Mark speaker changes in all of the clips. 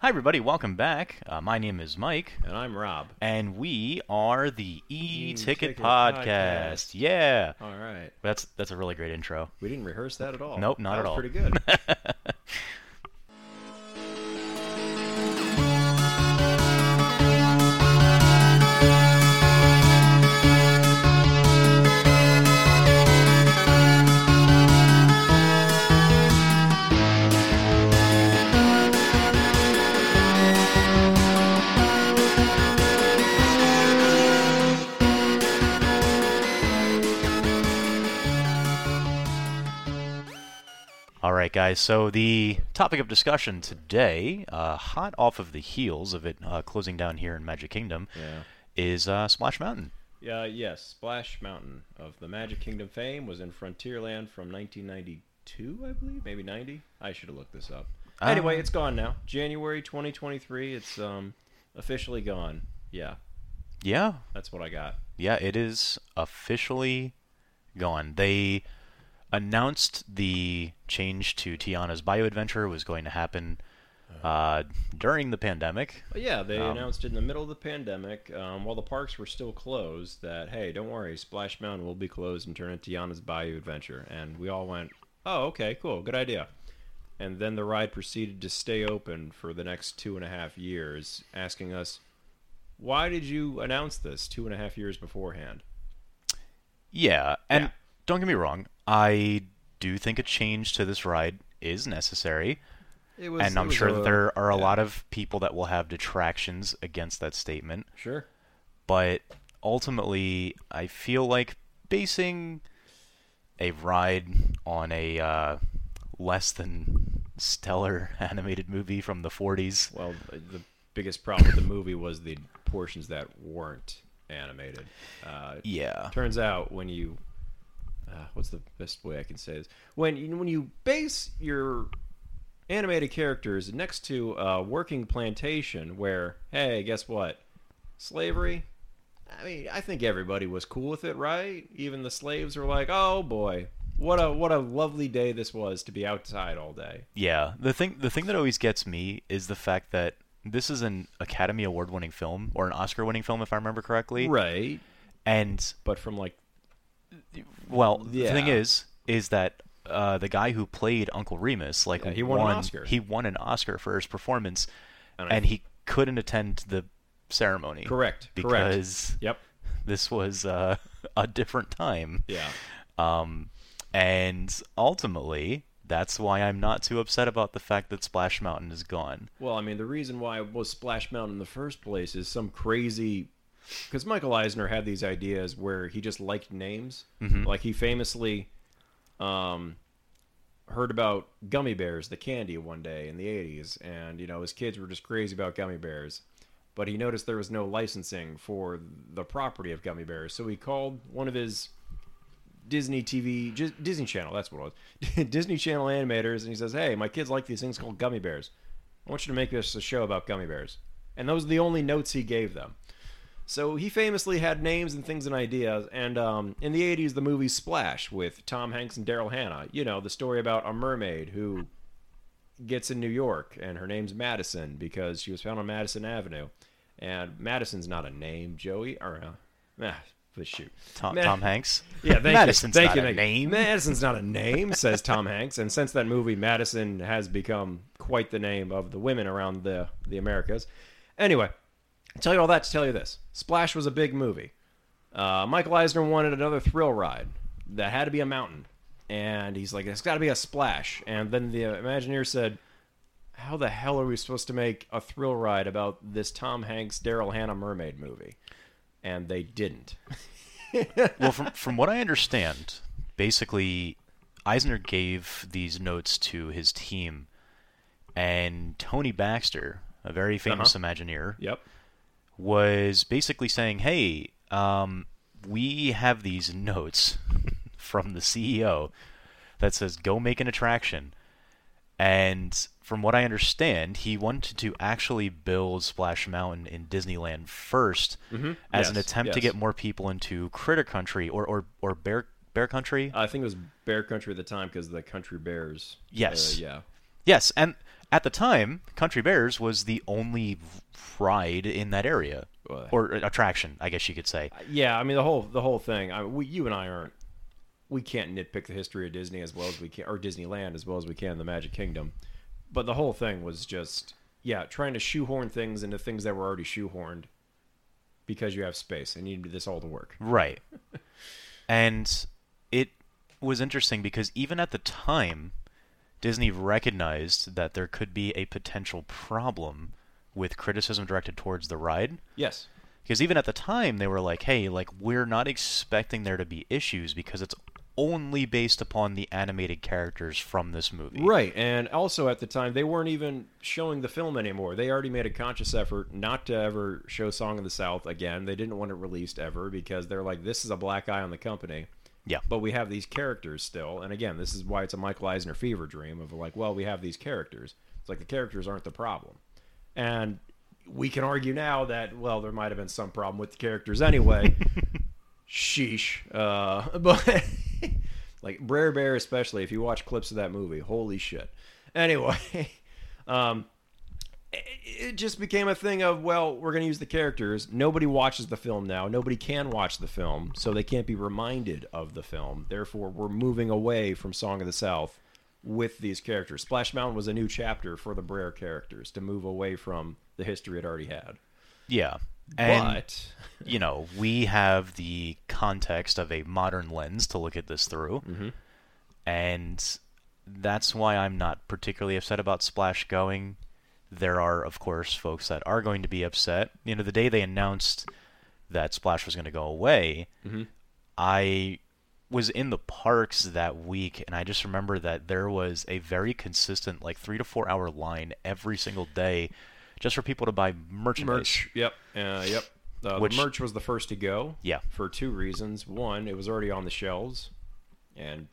Speaker 1: Hi, everybody. Welcome back. Uh, my name is Mike,
Speaker 2: And I'm Rob.
Speaker 1: and we are the E Ticket
Speaker 2: E-Ticket
Speaker 1: Podcast.
Speaker 2: Podcast.
Speaker 1: Yeah,
Speaker 2: All right.
Speaker 1: that's that's a really great intro.
Speaker 2: We didn't rehearse that at all.
Speaker 1: Nope, not
Speaker 2: That
Speaker 1: at
Speaker 2: was
Speaker 1: all.
Speaker 2: Pretty good.
Speaker 1: All right, guys. So the topic of discussion today, uh, hot off of the heels of it uh, closing down here in Magic Kingdom,
Speaker 2: yeah.
Speaker 1: is uh, Splash Mountain.
Speaker 2: Yeah. Yes. Splash Mountain of the Magic Kingdom fame was in Frontierland from 1992, I believe, maybe 90. I should have looked this up.
Speaker 1: Ah.
Speaker 2: anyway, it's gone now. January 2023. It's um officially gone. Yeah.
Speaker 1: Yeah,
Speaker 2: That's what I got.
Speaker 1: yeah. It is officially gone. They announced the change to Tiana's Bio Adventure was going to happen uh, during the pandemic.
Speaker 2: But yeah, they
Speaker 1: Um,
Speaker 2: announced in the middle of the pandemic, um, while the parks were still closed, that hey, don't worry, Splash Mountain will be closed and turn into Tiana's Bayou Adventure. And we all went, oh, okay, cool, good idea. And then the ride proceeded to stay open for the next two and a half years, asking us, why did you announce this two and a half years beforehand?
Speaker 1: Yeah, and
Speaker 2: Yeah.
Speaker 1: don't get me wrong, I do think a change to this ride is necessary,
Speaker 2: It was,
Speaker 1: and I'm sure that there are a
Speaker 2: yeah.
Speaker 1: lot of people that will have detractions against that statement.
Speaker 2: sure.
Speaker 1: But ultimately, I feel like basing a ride on a uh, less than stellar animated movie from the 40s.
Speaker 2: Well, the biggest problem with the movie was the portions that weren't animated. Uh,
Speaker 1: Yeah.
Speaker 2: turns out when you uh, what's the best way I can say this when you, when you base your animated characters next to a working plantation where hey guess what slavery I mean I think everybody was cool with it right even the slaves were like oh boy what a what a lovely day this was to be outside all day
Speaker 1: Yeah, the thing the thing that always gets me is the fact that this is an Academy Award winning film or an Oscar winning film if I remember correctly.
Speaker 2: right
Speaker 1: And
Speaker 2: but from like
Speaker 1: well, the thing
Speaker 2: Yeah.
Speaker 1: is is that uh, the guy who played Uncle Remus, like
Speaker 2: Yeah, he won an
Speaker 1: won-
Speaker 2: Oscar.
Speaker 1: He won an Oscar for his performance,
Speaker 2: And
Speaker 1: and,
Speaker 2: I-
Speaker 1: he couldn't attend the ceremony.
Speaker 2: correct correct
Speaker 1: because
Speaker 2: yep
Speaker 1: this was uh, a different time.
Speaker 2: yeah
Speaker 1: Um, and ultimately, that's why I'm not too upset about the fact that Splash Mountain is gone.
Speaker 2: Well, I mean, the reason why it was Splash Mountain in the first place is some crazy. Because Michael Eisner had these ideas where he just liked names. Like, he famously um, heard about gummy bears, the candy, one day in the 80s. And, you know, his kids were just crazy about gummy bears. But he noticed there was no licensing for the property of gummy bears. So he called one of his Disney TV, Dis- Disney Channel, that's what it was, Disney Channel animators, and he says, Hey, my kids like these things called gummy bears. I want you to make this a show about gummy bears. And those are the only notes he gave them. So he famously had names and things and ideas. And um, in the 80s, the movie Splash with Tom Hanks and Daryl Hannah. You know, the story about a mermaid who gets in New York and her name's Madison because she was found on Madison Avenue. And Madison's not a name, Joey. Or, uh, ah, but shoot.
Speaker 1: Tom,
Speaker 2: Ma-
Speaker 1: Tom Hanks.
Speaker 2: yeah, thank
Speaker 1: Madison's
Speaker 2: you.
Speaker 1: not
Speaker 2: Thank you,
Speaker 1: a
Speaker 2: thank you.
Speaker 1: name.
Speaker 2: Madison's not a name, says Tom Hanks. And since that movie, Madison has become quite the name of the women around the the Americas. Anyway, I tell you all that to tell you this: Splash was a big movie. Uh, Michael Eisner wanted another thrill ride that had to be a mountain, and he's like, "It's got to be a splash." And then the Imagineer said, "How the hell are we supposed to make a thrill ride about this Tom Hanks, Daryl Hannah mermaid movie?" And they didn't.
Speaker 1: well, from from what I understand, basically, Eisner gave these notes to his team, and Tony Baxter, a very famous Imagineer,
Speaker 2: Yep.
Speaker 1: was basically saying, "Hey, um, we have these notes from the CEO that says go make an attraction." And from what I understand, he wanted to actually build Splash Mountain in Disneyland 1st as an
Speaker 2: Mm-hmm. Yes,
Speaker 1: attempt to
Speaker 2: yes.
Speaker 1: get more people into Critter Country or or, or Bear Bear Country.
Speaker 2: I think it was Bear Country at the time because the Country Bears.
Speaker 1: Yes.
Speaker 2: Uh, yeah.
Speaker 1: yes, and At the time, Country Bears was the only ride in that area,
Speaker 2: Well,
Speaker 1: or attraction, I guess you could say.
Speaker 2: yeah, I mean the whole the whole thing. I, we, you and I aren't. We can't nitpick the history of Disney as well as we can, or Disneyland as well as we can the Magic Kingdom, but the whole thing was just yeah, trying to shoehorn things into things that were already shoehorned because you have space and you need this all to work.
Speaker 1: Right. and it was interesting because even at the time, Disney recognized that there could be a potential problem with criticism directed towards the ride.
Speaker 2: Yes,
Speaker 1: Because even at the time, they were like, hey, like, we're not expecting there to be issues because it's only based upon the animated characters from this movie.
Speaker 2: Right, and also at the time they weren't even showing the film anymore. They already made a conscious effort not to ever show Song of the South again. They didn't want it released ever because they're like, this is a black eye on the company.
Speaker 1: Yeah.
Speaker 2: But we have these characters still, and again, this is why it's a Michael Eisner fever dream of like, well, we have these characters. It's like the characters aren't the problem, and we can argue now that well, there might have been some problem with the characters anyway. sheesh. Uh, but like Brer Bear, especially if you watch clips of that movie, holy shit. Anyway, um, it, it just became a thing of well, we're going to use the characters. Nobody watches the film now. Nobody can watch the film, so they can't be reminded of the film. Therefore, we're moving away from Song of the South with these characters. Splash Mountain was a new chapter for the Brer characters to move away from the history it already had.
Speaker 1: Yeah. And
Speaker 2: but
Speaker 1: you know, we have the context of a modern lens to look at this through. And that's why I'm not particularly upset about Splash going. There are, of course, folks that are going to be upset. You know, the day they announced that Splash was going to go away, I was in the parks that week, and I just remember that there was a very consistent, like, three to four hour line every single day just for people to buy merchandise.
Speaker 2: merch. Yep. Uh, yep. Uh,
Speaker 1: Which-
Speaker 2: the merch was the first to go.
Speaker 1: Yeah.
Speaker 2: For two reasons. One, it was already on the shelves, and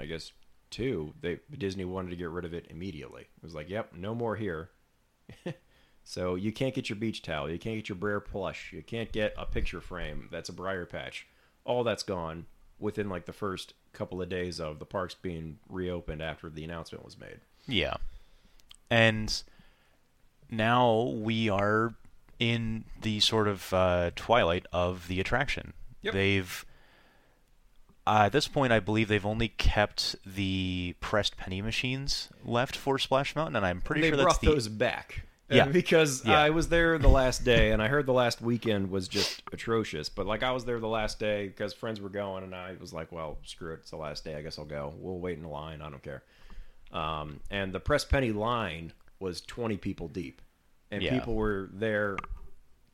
Speaker 2: I guess two, they Disney wanted to get rid of it immediately. It was like, yep, no more here. so you can't get your beach towel, you can't get your Brer plush, you can't get a picture frame that's a briar patch. All that's gone within like the first couple of days of the parks being reopened after the announcement was made.
Speaker 1: Yeah. And now we are in the sort of uh, twilight of the attraction.
Speaker 2: Yep.
Speaker 1: They've. Uh, at this point, I believe they've only kept the pressed penny machines left for Splash Mountain, and I'm pretty
Speaker 2: they
Speaker 1: sure that's
Speaker 2: brought
Speaker 1: the
Speaker 2: those back. And
Speaker 1: Yeah.
Speaker 2: because
Speaker 1: Yeah.
Speaker 2: I was there the last day, and I heard the last weekend was just atrocious. But like I was there the last day because friends were going, and I was like, "Well, screw it, it's the last day. I guess I'll go. We'll wait in the line. I don't care." Um, and the press penny line was twenty people deep, and
Speaker 1: Yeah.
Speaker 2: people were there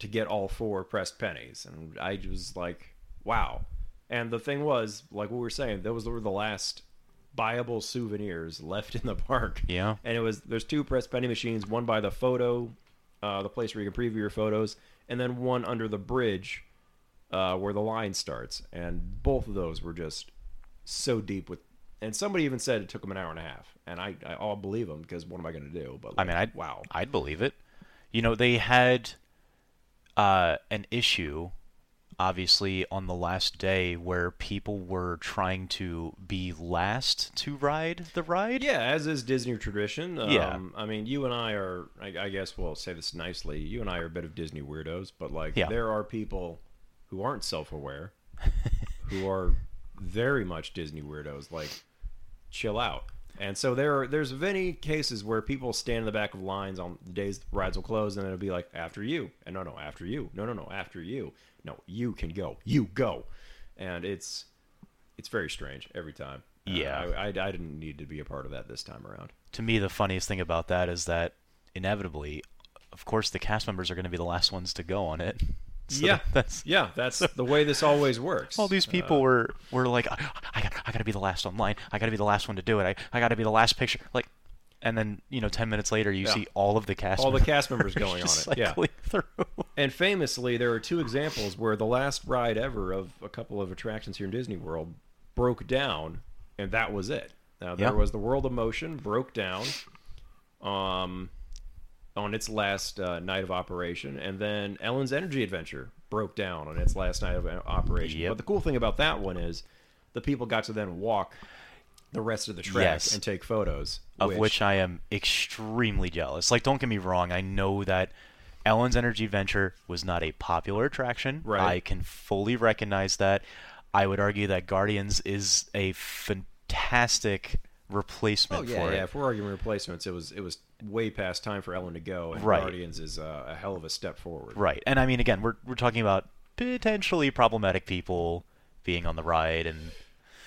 Speaker 2: to get all four pressed pennies, and I was like, "Wow!" And the thing was, like we were saying, those were the last buyable souvenirs left in the park.
Speaker 1: Yeah.
Speaker 2: And it was there's two press penny machines, one by the photo, uh, the place where you can preview your photos, and then one under the bridge, uh, where the line starts. And both of those were just so deep with. And somebody even said it took them an hour and a half, and I, I all believe them because what am I going to do? But
Speaker 1: I
Speaker 2: like,
Speaker 1: mean, I'd
Speaker 2: wow,
Speaker 1: I'd believe it. You know, they had uh, an issue, obviously, on the last day where people were trying to be last to ride the ride.
Speaker 2: Yeah, as is Disney tradition. Um,
Speaker 1: Yeah.
Speaker 2: I mean, you and I are, I, I guess we'll say this nicely. You and I are a bit of Disney weirdos, but like,
Speaker 1: Yeah.
Speaker 2: there are people who aren't self aware who are very much Disney weirdos. Like, chill out. And so there are, there's many cases where people stand in the back of lines on the days the rides will close and it'll be like, after you. And no, no, after you. No, no, no, after you. No, you can go. You go. And it's, it's very strange every time. Uh,
Speaker 1: Yeah.
Speaker 2: I, I, I didn't need to be a part of that this time around.
Speaker 1: to me the funniest thing about that is that inevitably of course the cast members are going to be the last ones to go on it so
Speaker 2: yeah,
Speaker 1: that's
Speaker 2: yeah, that's the way this always works.
Speaker 1: all these people were were like i, I got i got to be the last online i got to be the last one to do it i, I got to be the last picture like and then you know 10 minutes later you
Speaker 2: Yeah.
Speaker 1: see all of the cast
Speaker 2: all the
Speaker 1: members
Speaker 2: cast members going on
Speaker 1: just
Speaker 2: it. Yeah,
Speaker 1: cycling through
Speaker 2: and famously, there are two examples where the last ride ever of a couple of attractions here in Disney World broke down, and that was it. Now there
Speaker 1: Yeah.
Speaker 2: was the World of Motion broke down, um, on its last uh, night of operation, and then Ellen's Energy Adventure broke down on its last night of uh, operation.
Speaker 1: Yep.
Speaker 2: But the cool thing about that one is, the people got to then walk the rest of the track
Speaker 1: Yes.
Speaker 2: and take photos.
Speaker 1: of which, I am extremely jealous. Like, don't get me wrong, I know that Ellen's Energy Venture was not a popular attraction.
Speaker 2: Right.
Speaker 1: I can fully recognize that. I would argue that Guardians is a fantastic
Speaker 2: Oh
Speaker 1: replacement
Speaker 2: yeah,
Speaker 1: for
Speaker 2: yeah.
Speaker 1: it.
Speaker 2: If we're arguing replacements, it was it was way past time for Ellen to go, and
Speaker 1: Right.
Speaker 2: Guardians is uh, a hell of a step forward.
Speaker 1: Right. And I mean, again, we're, we're talking about potentially problematic people being on the ride and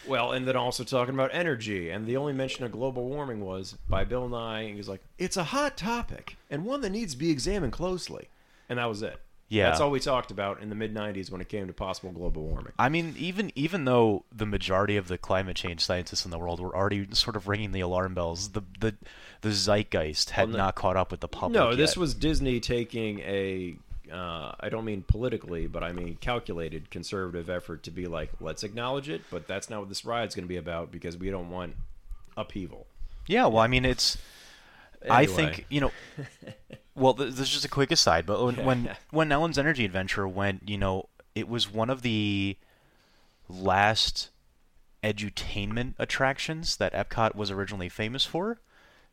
Speaker 2: Well, and then also talking about energy, and the only mention of global warming was by Bill Nye, and he was like, "It's a hot topic and one that needs to be examined closely," and that was it.
Speaker 1: Yeah.
Speaker 2: that's all we talked about in the mid '90s when it came to possible global warming.
Speaker 1: I mean, even even though the majority of the climate change scientists in the world were already sort of ringing the alarm bells, the the, the zeitgeist had not caught up with the public.
Speaker 2: No, this
Speaker 1: yet.
Speaker 2: was Disney taking a. Uh, I don't mean politically, but I mean calculated conservative effort to be like, let's acknowledge it, but that's not what this ride's going to be about because we don't want upheaval.
Speaker 1: Yeah, well, I mean, it's. I think
Speaker 2: Anyway.
Speaker 1: you know. Well, th- this is just a quick aside, but when when, when Ellen's Energy Adventure went, you know, it was one of the last edutainment attractions that Epcot was originally famous for.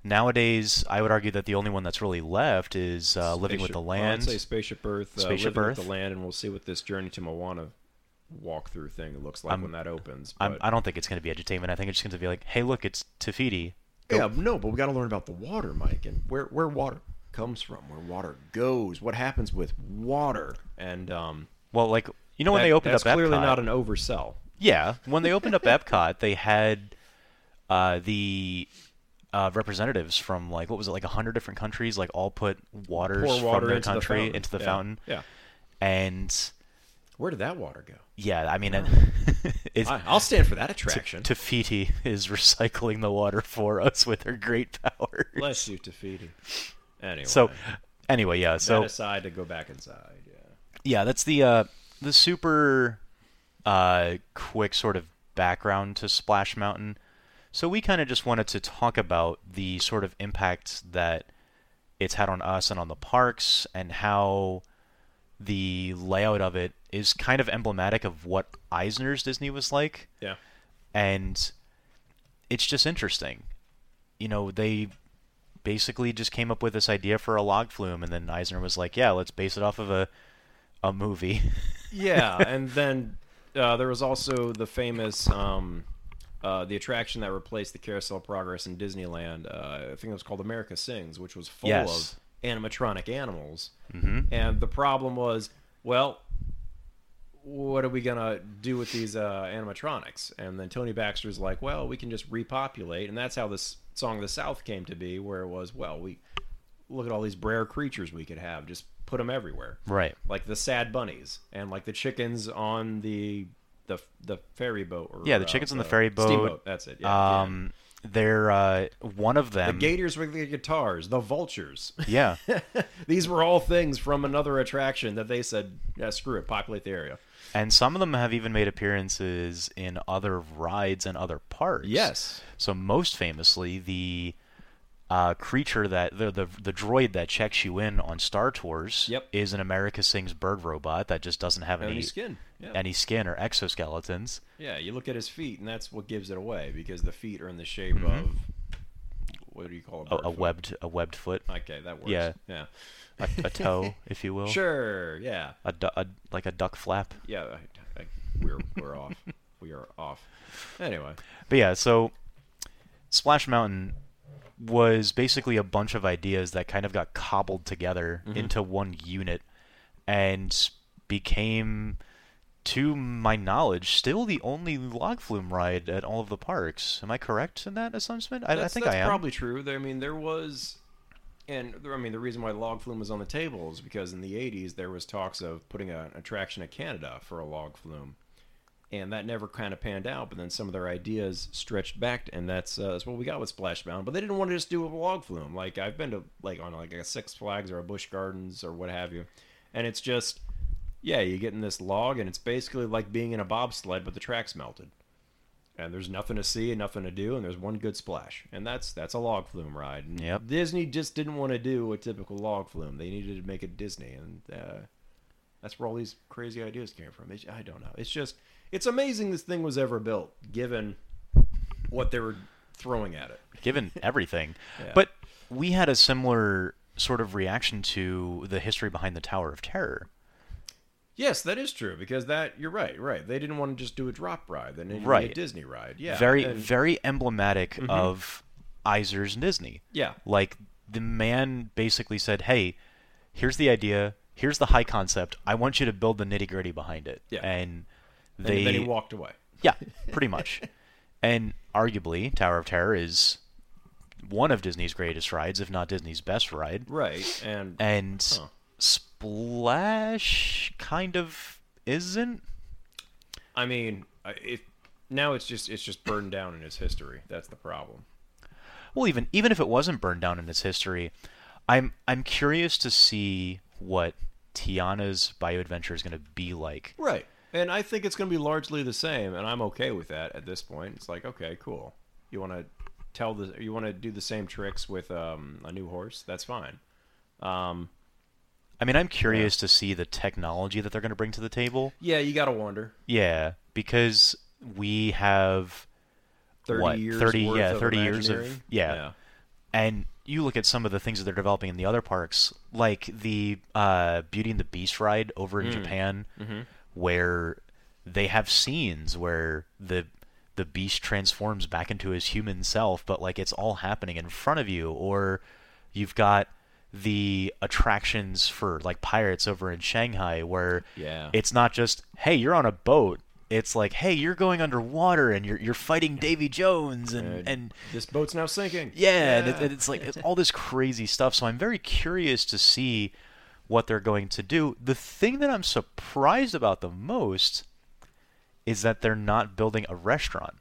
Speaker 1: Nowadays, I would argue that the only one that's really left is uh, Living with
Speaker 2: Spaceship-
Speaker 1: the
Speaker 2: well, I'd
Speaker 1: Land.
Speaker 2: say Spaceship Earth. Uh,
Speaker 1: Spaceship
Speaker 2: Living
Speaker 1: Earth.
Speaker 2: With the land, and we'll see what this Journey to Moana walkthrough thing looks like when that opens.
Speaker 1: I'm,
Speaker 2: But,
Speaker 1: I don't think it's going to be edutainment. I think it's just going to be like, hey, look, it's Tafiti.
Speaker 2: yeah, no, but we got to learn about the water, Mike, and where where water comes from, where water goes, what happens with water, and um.
Speaker 1: Well, like you know when
Speaker 2: that-
Speaker 1: they opened
Speaker 2: that's
Speaker 1: up
Speaker 2: clearly
Speaker 1: Epcot,
Speaker 2: not an oversell.
Speaker 1: yeah, when they opened up Epcot, they had uh, the uh, representatives from like what was it like hundred different countries, like all put waters
Speaker 2: Pour water
Speaker 1: from their
Speaker 2: into the
Speaker 1: country
Speaker 2: fountain.
Speaker 1: into the
Speaker 2: Yeah,
Speaker 1: fountain,
Speaker 2: Yeah.
Speaker 1: and
Speaker 2: Where did that water go?
Speaker 1: yeah, I mean, it, it's
Speaker 2: I, I'll stand for that attraction.
Speaker 1: Tafiti is recycling the water for us with her great power.
Speaker 2: Bless you, Tafiti. Anyway,
Speaker 1: So anyway, yeah, so
Speaker 2: set aside to go back inside. Yeah.
Speaker 1: yeah, that's the uh, the super uh, quick sort of background to Splash Mountain. So we kind of just wanted to talk about the sort of impact that it's had on us and on the parks, and how the layout of it is kind of emblematic of what Eisner's Disney was like
Speaker 2: Yeah.
Speaker 1: and it's just interesting. You know, they basically just came up with this idea for a log flume, and then Eisner was like, "Yeah, let's base it off of a a movie."
Speaker 2: Yeah, and then uh, there was also the famous um, uh, the attraction that replaced the Carousel of Progress in Disneyland. Uh, I think it was called America Sings, which was full
Speaker 1: Yes.
Speaker 2: of animatronic animals. Mm-hmm. And the problem was, well, what are we gonna do with these uh, animatronics? And then Tony Baxter's like, well, we can just repopulate, and that's how this song of the South came to be, where it was, well, we look at all these rare creatures we could have, just put them everywhere
Speaker 1: right.
Speaker 2: like the sad bunnies and like the chickens on the the the ferry boat. Or,
Speaker 1: Yeah, the
Speaker 2: uh,
Speaker 1: chickens on the ferry boat.
Speaker 2: Steamboat. That's it. Yeah.
Speaker 1: Um, they're uh, one of
Speaker 2: yeah.
Speaker 1: them.
Speaker 2: The gators with the guitars, the vultures.
Speaker 1: yeah,
Speaker 2: These were all things from another attraction that they said, yeah, screw it, populate the area.
Speaker 1: and some of them have even made appearances in other rides and other parks.
Speaker 2: Yes.
Speaker 1: So most famously, the uh, creature that the, the the droid that checks you in on Star Tours
Speaker 2: Yep.
Speaker 1: is an America Sings bird robot that just doesn't have
Speaker 2: And
Speaker 1: any
Speaker 2: his skin. Yeah.
Speaker 1: any skin or exoskeletons.
Speaker 2: yeah, you look at his feet, and that's what gives it away because the feet are in the shape of what do you call it?
Speaker 1: Mm-hmm. A, a webbed a webbed foot,
Speaker 2: Okay, that works.
Speaker 1: Yeah. Oh.
Speaker 2: Yeah.
Speaker 1: a, a toe, if you will.
Speaker 2: Sure. Yeah.
Speaker 1: A, du- a like a duck flap.
Speaker 2: Yeah. I, I, we're we're off. We are off. Anyway.
Speaker 1: But yeah, so Splash Mountain was basically a bunch of ideas that kind of got cobbled together
Speaker 2: Mm-hmm.
Speaker 1: into one unit and became to my knowledge still the only log flume ride at all of the parks am i correct in that assumption i, I
Speaker 2: that's,
Speaker 1: think
Speaker 2: that's
Speaker 1: i am
Speaker 2: probably true. There- I mean, there was, and there- I mean, the reason why log flume was on the table is because in the '80s there was talks of putting a- an attraction at Canada for a log flume, and that never kind of panned out. But then some of their ideas stretched back, and that's uh, that's what we got with Splashbound. But they didn't want to just do a log flume. Like I've been to like on like a Six Flags or a Busch Gardens or what have you, and it's just. Yeah, you get in this log, and it's basically like being in a bobsled, but the track's melted and there's nothing to see and nothing to do and there's one good splash and that's that's a log flume ride and
Speaker 1: Yep.
Speaker 2: disney just didn't want to do a typical log flume they needed to make it disney and uh, that's where all these crazy ideas came from it's, i don't know it's just it's amazing this thing was ever built given what they were throwing at it.
Speaker 1: given everything.
Speaker 2: Yeah.
Speaker 1: But we had a similar sort of reaction to the history behind the Tower of Terror.
Speaker 2: Yes, that is true because that you're right, right. They didn't want to just do a drop ride, they needed to be
Speaker 1: Right.
Speaker 2: a Disney ride. Yeah,
Speaker 1: very,
Speaker 2: and- Mm-hmm.
Speaker 1: very emblematic of Eisers and Disney.
Speaker 2: yeah,
Speaker 1: Like the man basically said, "Hey, here's the idea. Here's the high concept. I want you to build the nitty gritty behind it."
Speaker 2: Yeah.
Speaker 1: And
Speaker 2: and
Speaker 1: they,
Speaker 2: then he walked away.
Speaker 1: yeah, pretty much. and arguably, Tower of Terror is one of Disney's greatest rides, if not Disney's best ride.
Speaker 2: Right, and,
Speaker 1: and
Speaker 2: Huh.
Speaker 1: splash kind of isn't
Speaker 2: I mean, I- it now it's just it's just burned down in its history. That's the problem.
Speaker 1: well even even if it wasn't burned down in its history i'm i'm curious to see what tiana's bio adventure is going to be like
Speaker 2: Right, and I think it's going to be largely the same, and I'm okay with that at this point. It's like, okay, cool. You want to tell the you want to do the same tricks with um, a new horse? That's fine. Um,
Speaker 1: i mean i'm curious to see the technology that they're going to bring to the table
Speaker 2: yeah, you got to wonder.
Speaker 1: yeah because we have
Speaker 2: Thirty
Speaker 1: What,
Speaker 2: years,
Speaker 1: 30
Speaker 2: worth
Speaker 1: yeah,
Speaker 2: of
Speaker 1: 30 years of-
Speaker 2: Imagineering?
Speaker 1: yeah. and you look at some of the things that they're developing in the other parks, like the uh, Beauty and the Beast ride over in Japan, where they have scenes where the the beast transforms back into his human self, but like it's all happening in front of you, or you've got the attractions for like pirates over in Shanghai where
Speaker 2: Yeah.
Speaker 1: it's not just hey you're on a boat it's like hey you're going underwater and you're you're fighting Davy Jones and
Speaker 2: Uh,
Speaker 1: and
Speaker 2: this boat's now sinking.
Speaker 1: yeah, And, it, and it's like it's all this crazy stuff. So I'm very curious to see what they're going to do. The thing that I'm surprised about the most is that they're not building a restaurant.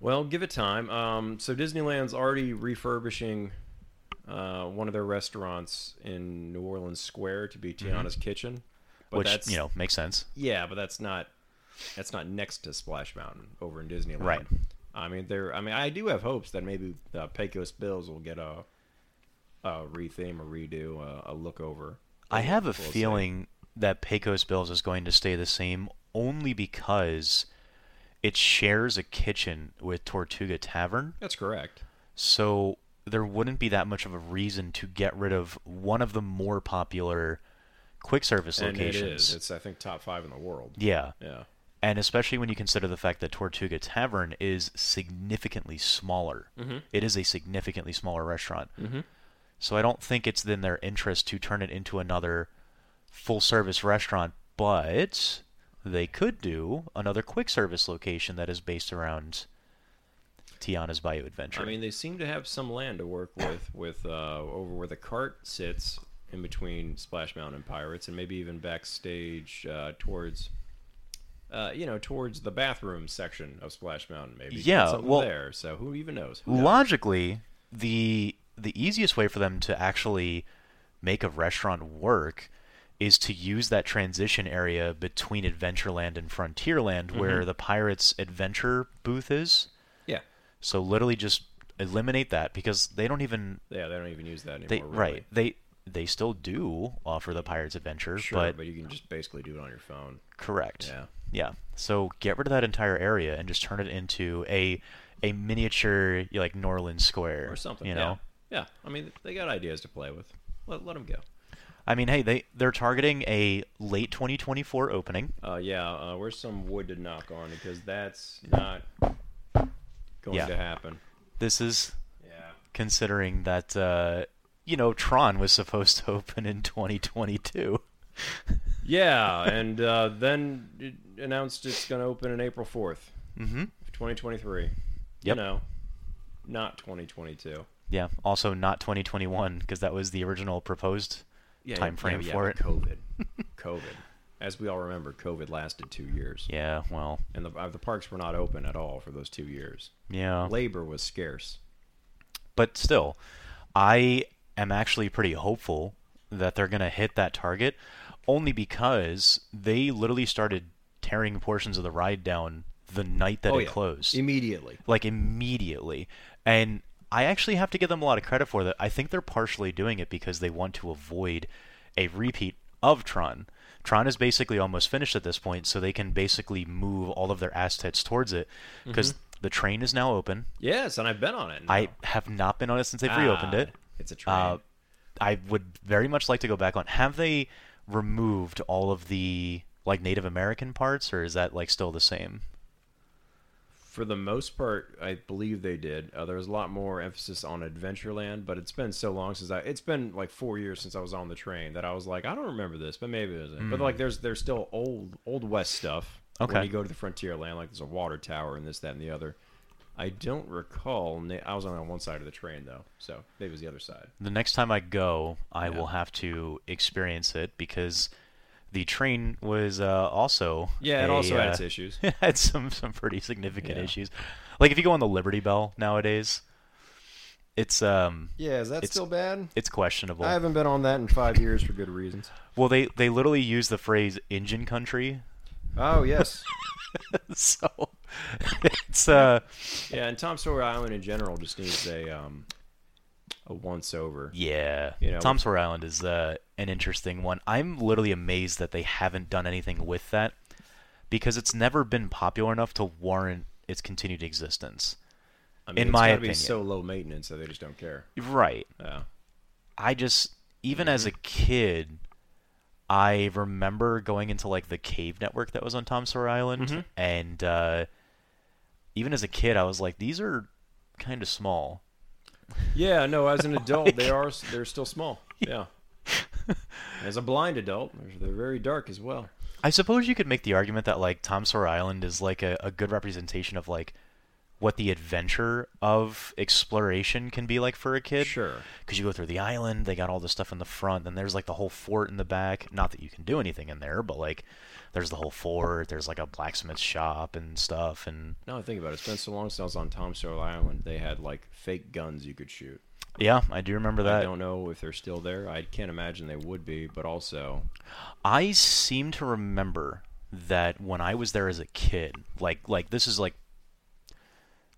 Speaker 2: Well, give it time. Um, so Disneyland's already refurbishing uh, one of their restaurants in New Orleans Square to be Tiana's Kitchen, but
Speaker 1: Mm-hmm. which
Speaker 2: that's
Speaker 1: you know makes sense.
Speaker 2: yeah, but that's not that's not next to Splash Mountain over in Disneyland.
Speaker 1: Right.
Speaker 2: I mean, there. I mean, I do have hopes that maybe uh, Pecos Bills will get a, a retheme, a redo, uh, a, a look over.
Speaker 1: I have a
Speaker 2: see.
Speaker 1: feeling that Pecos Bills is going to stay the same only because it shares a kitchen with Tortuga Tavern.
Speaker 2: That's correct.
Speaker 1: So there wouldn't be that much of a reason to get rid of one of the more popular quick service
Speaker 2: And it
Speaker 1: locations.
Speaker 2: is. It's I think top five in the world.
Speaker 1: Yeah.
Speaker 2: Yeah.
Speaker 1: And especially when you consider the fact that Tortuga Tavern is significantly smaller. It is a significantly smaller restaurant. Mm-hmm. So I don't think it's in their interest to turn it into another full service restaurant, but they could do another quick service location that is based around Tiana's Bayou Adventure.
Speaker 2: I mean, they seem to have some land to work with, with uh, over where the cart sits in between Splash Mountain and Pirates, and maybe even backstage uh, towards, uh, you know, towards the bathroom section of Splash Mountain, maybe.
Speaker 1: Yeah,
Speaker 2: Something
Speaker 1: well-
Speaker 2: there. So who even knows? Who knows?
Speaker 1: logically the the easiest way for them to actually make a restaurant work is to use that transition area between Adventureland and Frontierland
Speaker 2: Mm-hmm.
Speaker 1: where the Pirates Adventure booth is.
Speaker 2: Yeah,
Speaker 1: So literally just eliminate that because they don't even
Speaker 2: yeah, they don't even use that anymore.
Speaker 1: they
Speaker 2: really.
Speaker 1: right. They they still do offer the Pirates Adventure,
Speaker 2: Sure,
Speaker 1: but,
Speaker 2: but, you can just basically do it on your phone.
Speaker 1: correct.
Speaker 2: Yeah.
Speaker 1: Yeah. So get rid of that entire area and just turn it into a a miniature like New Orleans Square
Speaker 2: or something.
Speaker 1: You
Speaker 2: yeah.
Speaker 1: know.
Speaker 2: yeah. I mean, they got ideas to play with. Let let them go.
Speaker 1: I mean, hey, they they're targeting a late 2024 opening.
Speaker 2: Uh, yeah, uh, where's some wood to knock on because that's not going
Speaker 1: Yeah.
Speaker 2: to happen.
Speaker 1: This is
Speaker 2: Yeah.
Speaker 1: considering that uh, you know Tron was supposed to open in 2022.
Speaker 2: Yeah, and uh, then it announced it's going to open in April 4th,
Speaker 1: Mm-hmm.
Speaker 2: 2023. You
Speaker 1: Yep.
Speaker 2: know, not 2022.
Speaker 1: Yeah. Also, not 2021 because that was the original proposed.
Speaker 2: Yeah,
Speaker 1: Time frame for
Speaker 2: but COVID. COVID. As we all remember, COVID lasted two years,
Speaker 1: Yeah. Well.
Speaker 2: and the, uh, the parks were not open at all for those two years.
Speaker 1: Yeah.
Speaker 2: Labor was scarce.
Speaker 1: But still, I am actually pretty hopeful that they're going to hit that target only because they literally started tearing portions of the ride down the night that
Speaker 2: oh,
Speaker 1: it
Speaker 2: yeah.
Speaker 1: closed.
Speaker 2: Immediately.
Speaker 1: like immediately. And I actually have to give them a lot of credit for that. I think they're partially doing it because they want to avoid a repeat of Tron. Tron is basically almost finished at this point, so they can basically move all of their assets towards it because The train is now open.
Speaker 2: Yes, and I've been on it.
Speaker 1: I have not been on it since they've
Speaker 2: Ah,
Speaker 1: reopened it.
Speaker 2: It's a train.
Speaker 1: Uh, I would very much like to go back on. Have they removed all of the like Native American parts, or is that like still the same?
Speaker 2: For the most part, I believe they did. Uh, there was a lot more emphasis on Adventureland, but it's been so long since I. It's been like four years since I was on the train that I was like, I don't remember this, but maybe it was. But like, there's there's still old old West stuff.
Speaker 1: Okay.
Speaker 2: When you go to the frontier land, like there's a water tower and this, that, and the other. I don't recall. na- I was on one side of the train though, so maybe it was the other side.
Speaker 1: The next time I go, I will have to experience it because the train was uh, also
Speaker 2: Yeah, it
Speaker 1: a,
Speaker 2: also had its
Speaker 1: uh,
Speaker 2: issues.
Speaker 1: had some some pretty significant
Speaker 2: Yeah.
Speaker 1: issues. Like if you go on the Liberty Bell nowadays, it's um
Speaker 2: Yeah, is that
Speaker 1: It's-
Speaker 2: still bad?
Speaker 1: it's questionable.
Speaker 2: I haven't been on that in five years for good reasons.
Speaker 1: Well, they they literally use the phrase "engine country,"
Speaker 2: Oh yes,
Speaker 1: so it's uh
Speaker 2: yeah. And Tom Sawyer Island in general just needs a um, a once over.
Speaker 1: yeah.
Speaker 2: You know-
Speaker 1: Tom Sawyer Island is uh, an interesting one. I'm literally amazed that they haven't done anything with that because it's never been popular enough to warrant its continued existence.
Speaker 2: I
Speaker 1: In
Speaker 2: mean, it's
Speaker 1: my
Speaker 2: gotta
Speaker 1: opinion.
Speaker 2: be so low maintenance that they just don't care.
Speaker 1: Right.
Speaker 2: Yeah.
Speaker 1: I just even as a
Speaker 2: Mm-hmm.
Speaker 1: kid, I remember going into like the cave network that was on Tom Sawyer Island,
Speaker 2: Mm-hmm.
Speaker 1: and uh, even as a kid, I was like, these are kind of small.
Speaker 2: Yeah. No, as an adult, they are they're still small. Yeah. as a blind adult, they're- they're very dark as well.
Speaker 1: I suppose you could make the argument that like Tom Sawyer Island is like a, a good representation of like what the adventure of exploration can be like for a kid.
Speaker 2: Sure.
Speaker 1: Because you go through the island, they got all the stuff in the front, then there's like the whole fort in the back. Not that you can do anything in there, but like there's the whole fort, there's like a blacksmith shop and stuff, and
Speaker 2: Now I think about it, it's been so long since I was on Tom Sawyer Island. They had like fake guns you could shoot.
Speaker 1: yeah, I do remember
Speaker 2: I
Speaker 1: that.
Speaker 2: don't know if they're still there. I can't imagine they would be, but also
Speaker 1: I seem to remember that when I was there as a kid, like like this is like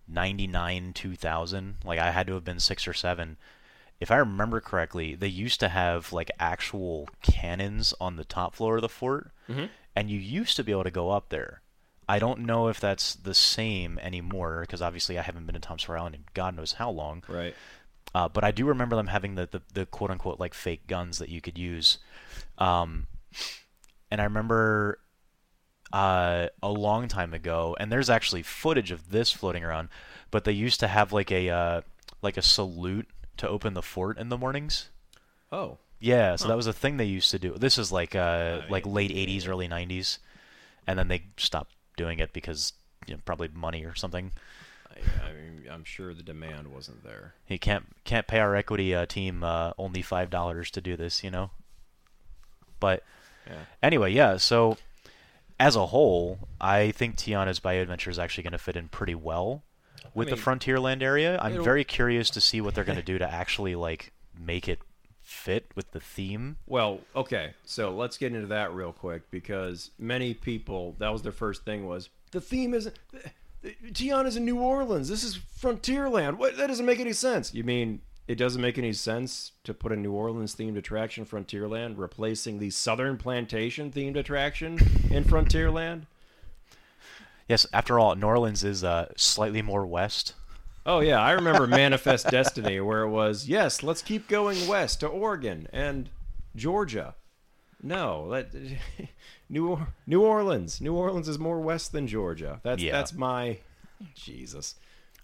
Speaker 1: 99 2000, like I had to have been 6 or 7. If I remember correctly, they used to have like actual cannons on the top floor of the fort and you used to be able to go up there. I don't know if that's the same anymore because obviously I haven't been to Tom Sawyer Island in God knows how long.
Speaker 2: right.
Speaker 1: Uh, but I do remember them having the, the, the quote unquote like fake guns that you could use. Um, and I remember uh, a long time ago, and there's actually footage of this floating around, but they used to have like a uh, like a salute to open the fort in the mornings.
Speaker 2: Oh,
Speaker 1: Yeah, so that was a thing they used to do. This is like uh,
Speaker 2: Oh,
Speaker 1: like
Speaker 2: yeah.
Speaker 1: late '80s, early '90s, and then they stopped doing it because you know, probably money or something.
Speaker 2: I, I mean, I'm sure the demand wasn't there.
Speaker 1: He can't can't pay our equity uh, team uh, only five dollars to do this, you know. But
Speaker 2: Yeah.
Speaker 1: anyway, yeah. So as a whole, I think Tiana's Bio Adventure is actually going to fit in pretty well with the
Speaker 2: mean,
Speaker 1: Frontierland area. I'm
Speaker 2: it'll-
Speaker 1: very curious to see what they're going to do to actually like make it fit with the theme.
Speaker 2: Well, okay, so let's get into that real quick because many people that was their first thing was the theme isn't. Tiana's in New Orleans. This is Frontierland. What? That doesn't make any sense. You mean it doesn't make any sense to put a New Orleans themed attraction in Frontierland, replacing the Southern Plantation themed attraction in Frontierland?
Speaker 1: Yes, after all, New Orleans is uh, slightly more west.
Speaker 2: Oh yeah, I remember Manifest Destiny, where it was yes, let's keep going west to Oregon and Georgia. No, that New Or- New Orleans. New Orleans is more west than Georgia. That's
Speaker 1: Yeah.
Speaker 2: that's my Jesus.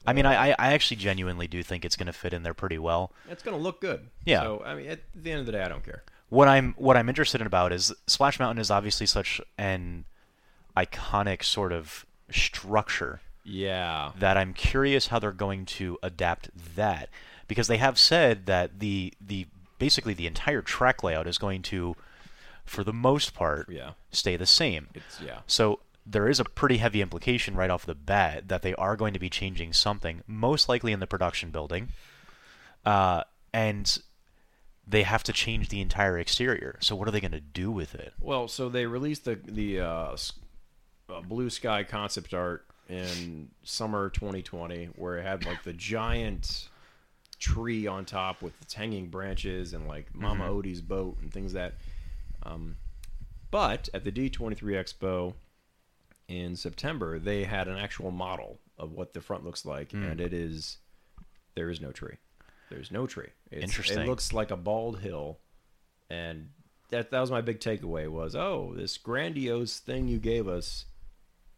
Speaker 1: I mean, I, I I actually genuinely do think it's going to fit in there pretty well.
Speaker 2: It's gonna look good.
Speaker 1: Yeah.
Speaker 2: So I mean, at the end of the day, I don't care.
Speaker 1: what I'm what I'm interested in about is Splash Mountain is obviously such an iconic sort of structure
Speaker 2: Yeah.
Speaker 1: that I'm curious how they're going to adapt that because they have said that the the basically the entire track layout is going to for the most part
Speaker 2: Yeah.
Speaker 1: stay the same.
Speaker 2: It's yeah.
Speaker 1: So there is a pretty heavy implication right off the bat that they are going to be changing something, most likely in the production building, uh, and they have to change the entire exterior. So what are they going to do with it?
Speaker 2: Well, so they released the the uh, s- uh, blue sky concept art in summer 2020, where it had like the giant tree on top with its hanging branches and like Mama Odie's boat and things that. Um, but at the D23 Expo in September, they had an actual model of what the front looks like, and it is there is no tree. There's no tree. It's,
Speaker 1: Interesting.
Speaker 2: It looks like a bald hill, and that that was my big takeaway was oh this grandiose thing you gave us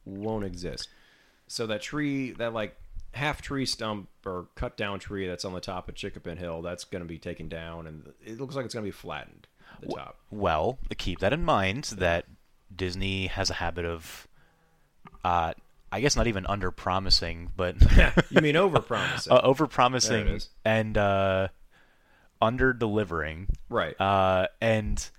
Speaker 2: won't exist. So that tree that like half tree stump or cut down tree that's on the top of Chickapin Hill that's going to be taken down, and it looks like it's going to be flattened. at The top.
Speaker 1: Well, keep that in mind that Disney has a habit of, uh, I guess not even under promising, but
Speaker 2: you mean over promising?
Speaker 1: uh, over promising
Speaker 2: is.
Speaker 1: and uh, under delivering.
Speaker 2: right.
Speaker 1: Uh, and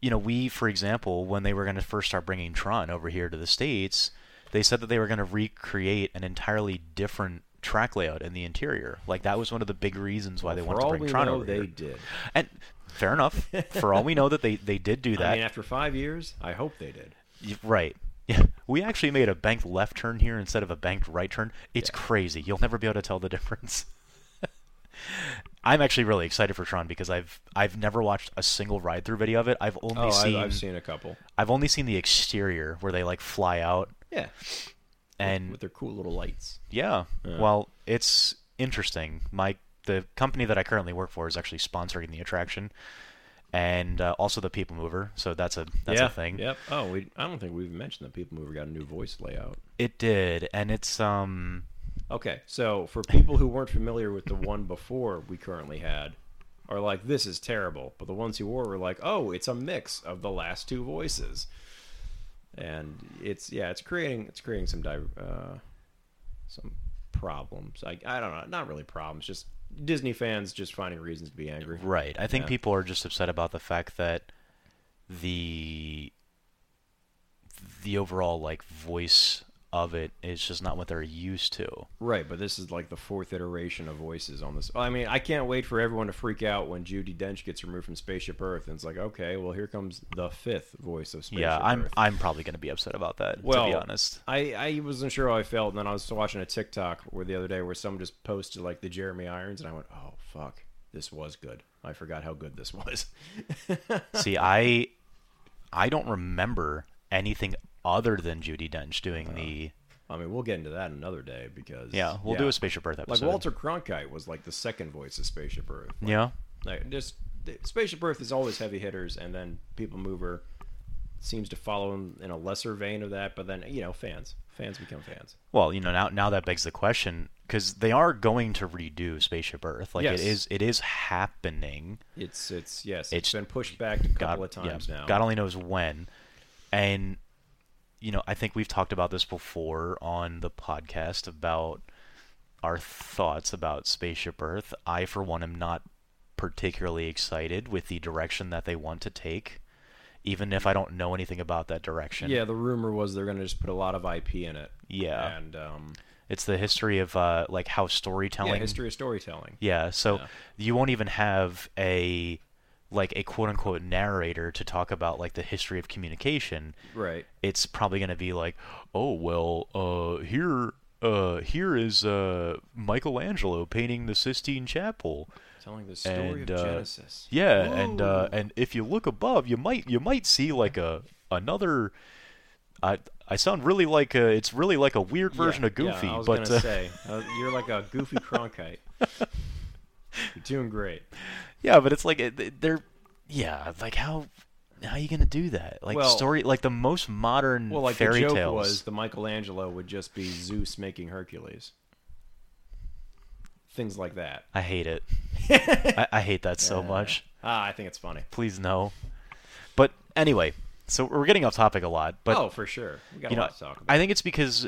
Speaker 1: you know, we, for example, when they were going to first start bringing Tron over here to the states, they said that they were going to recreate an entirely different track layout in the interior. Like that was one of the big reasons why they
Speaker 2: For
Speaker 1: wanted to
Speaker 2: all
Speaker 1: bring
Speaker 2: we
Speaker 1: Tron
Speaker 2: know,
Speaker 1: over
Speaker 2: they
Speaker 1: here.
Speaker 2: did.
Speaker 1: And fair enough. For all we know, that they they did do
Speaker 2: I
Speaker 1: that.
Speaker 2: mean, after five years, I hope they did.
Speaker 1: Y- Right. Yeah. We actually made a banked left turn here instead of a banked right turn. It's crazy. You'll never be able to tell the difference. I'm actually really excited for Tron because I've I've never watched a single ride through video of it. I've only
Speaker 2: Oh,
Speaker 1: seen,
Speaker 2: I've, I've seen a couple.
Speaker 1: I've only seen the exterior where they like fly out
Speaker 2: Yeah,
Speaker 1: and
Speaker 2: with their cool little lights.
Speaker 1: yeah. Well, it's interesting. My the company that I currently work for is actually sponsoring the attraction and uh, also the people mover, so that's a that's
Speaker 2: yeah.
Speaker 1: a thing.
Speaker 2: Yep. Oh, we. I don't think we've mentioned that People Mover got a new voice layout.
Speaker 1: It did and it's um
Speaker 2: Okay, so for people who weren't familiar with the one before we currently had, are like this is terrible. But the ones who were were like, oh, it's a mix of the last two voices, and it's yeah, it's creating it's creating some di- uh, some problems. I I don't know, not really problems, just Disney fans just finding reasons to be angry.
Speaker 1: Right. I think
Speaker 2: Yeah.
Speaker 1: people are just upset about the fact that the the overall like voice of it is just not what they're used to.
Speaker 2: Right, but this is like the fourth iteration of voices on this. I mean, I can't wait for everyone to freak out when Judy Dench gets removed from Spaceship Earth, and it's like, okay, well, here comes the fifth voice of Spaceship
Speaker 1: yeah, I'm
Speaker 2: Earth.
Speaker 1: I'm probably going to be upset about that
Speaker 2: Well,
Speaker 1: to be honest.
Speaker 2: I, I wasn't sure how I felt, and then I was watching a TikTok where the other day where someone just posted like the Jeremy Irons, and I went, oh fuck, this was good. I forgot how good this was.
Speaker 1: See, I I don't remember anything other than Judy Dench doing the
Speaker 2: I mean, we'll get into that another day because
Speaker 1: Uh, Yeah, we'll do a Spaceship Earth
Speaker 2: like
Speaker 1: episode.
Speaker 2: Walter Cronkite was like the second voice of Spaceship Earth. Like,
Speaker 1: Yeah.
Speaker 2: Like just the- Spaceship Earth is always heavy hitters, and then People Mover seems to follow him in a lesser vein of that. But then you know, fans, fans become fans.
Speaker 1: Well, you know, now now that begs the question cuz they are going to redo Spaceship Earth. Like
Speaker 2: Yes.
Speaker 1: it is it is happening.
Speaker 2: It's it's yes,
Speaker 1: It's-
Speaker 2: it's been pushed back a couple of
Speaker 1: yeah,
Speaker 2: times now.
Speaker 1: God only knows when. And you know, I think we've talked about this before on the podcast about our thoughts about Spaceship Earth. I, for one, am not particularly excited with the direction that they want to take, even if I don't know anything about that direction.
Speaker 2: Yeah, the rumor was they're going to just put a lot of IP in it.
Speaker 1: Yeah.
Speaker 2: and um,
Speaker 1: It's the history of uh, like how
Speaker 2: yeah,
Speaker 1: storytelling
Speaker 2: history of storytelling.
Speaker 1: Yeah, so
Speaker 2: Yeah.
Speaker 1: you won't even have a like a quote unquote narrator to talk about like the history of communication.
Speaker 2: Right.
Speaker 1: It's probably going to be like, "Oh, well, uh here uh here is uh Michelangelo painting the Sistine Chapel."
Speaker 2: Telling the story
Speaker 1: And,
Speaker 2: of
Speaker 1: uh,
Speaker 2: Genesis.
Speaker 1: Yeah, and uh
Speaker 2: Whoa.
Speaker 1: and if you look above, you might you might see like a another I I sound really like a, it's really like a weird version
Speaker 2: Yeah,
Speaker 1: of Goofy,
Speaker 2: Yeah, I was
Speaker 1: but
Speaker 2: gonna
Speaker 1: uh,
Speaker 2: say uh, you're like a goofy Cronkite. you're doing great.
Speaker 1: Yeah, but it's like it- it- they're yeah, like how how are you gonna do that? Like
Speaker 2: Well-
Speaker 1: story, like the most modern
Speaker 2: Well, like
Speaker 1: fairy
Speaker 2: the joke
Speaker 1: tales.
Speaker 2: was the Michelangelo would just be Zeus making Hercules. Things like that.
Speaker 1: I hate it. I, I hate that so much.
Speaker 2: Ah, I think it's funny.
Speaker 1: Please no. But anyway, so we're getting off topic a lot, but
Speaker 2: oh, for sure. We got
Speaker 1: you
Speaker 2: a
Speaker 1: know,
Speaker 2: lot to talk about.
Speaker 1: I think it's because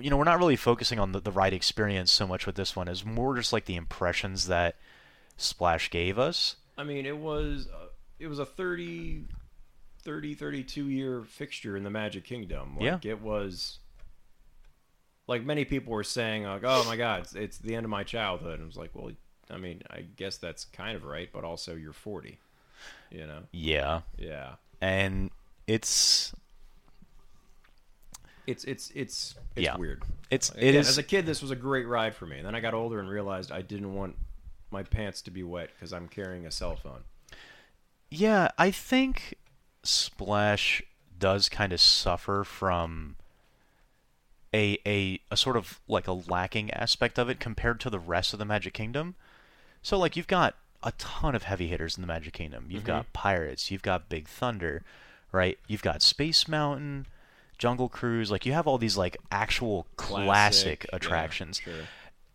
Speaker 1: you know we're not really focusing on the, the ride experience so much with this one. It's more just like the impressions that Splash gave us.
Speaker 2: I mean, it was uh, it was a 30, 30, 32 year fixture in the Magic Kingdom. Like it was like many people were saying like, "Oh my god, it's, it's the end of my childhood." And I was like, "Well, I mean, I guess that's kind of right, but also you're 40." You know.
Speaker 1: Yeah,
Speaker 2: Yeah.
Speaker 1: and it's
Speaker 2: It's it's it's it's
Speaker 1: Yeah.
Speaker 2: weird.
Speaker 1: it's
Speaker 2: Again,
Speaker 1: it is
Speaker 2: as a kid this was a great ride for me. And then I got older and realized I didn't want my pants to be wet cuz I'm carrying a cell phone.
Speaker 1: Yeah, I think Splash does kind of suffer from a, a a sort of like a lacking aspect of it compared to the rest of the Magic Kingdom. So like you've got a ton of heavy hitters in the Magic Kingdom. You've
Speaker 2: Mm-hmm.
Speaker 1: got Pirates, you've got Big Thunder, right? You've got Space Mountain, Jungle Cruise, like you have all these like actual classic,
Speaker 2: yeah,
Speaker 1: attractions.
Speaker 2: sure.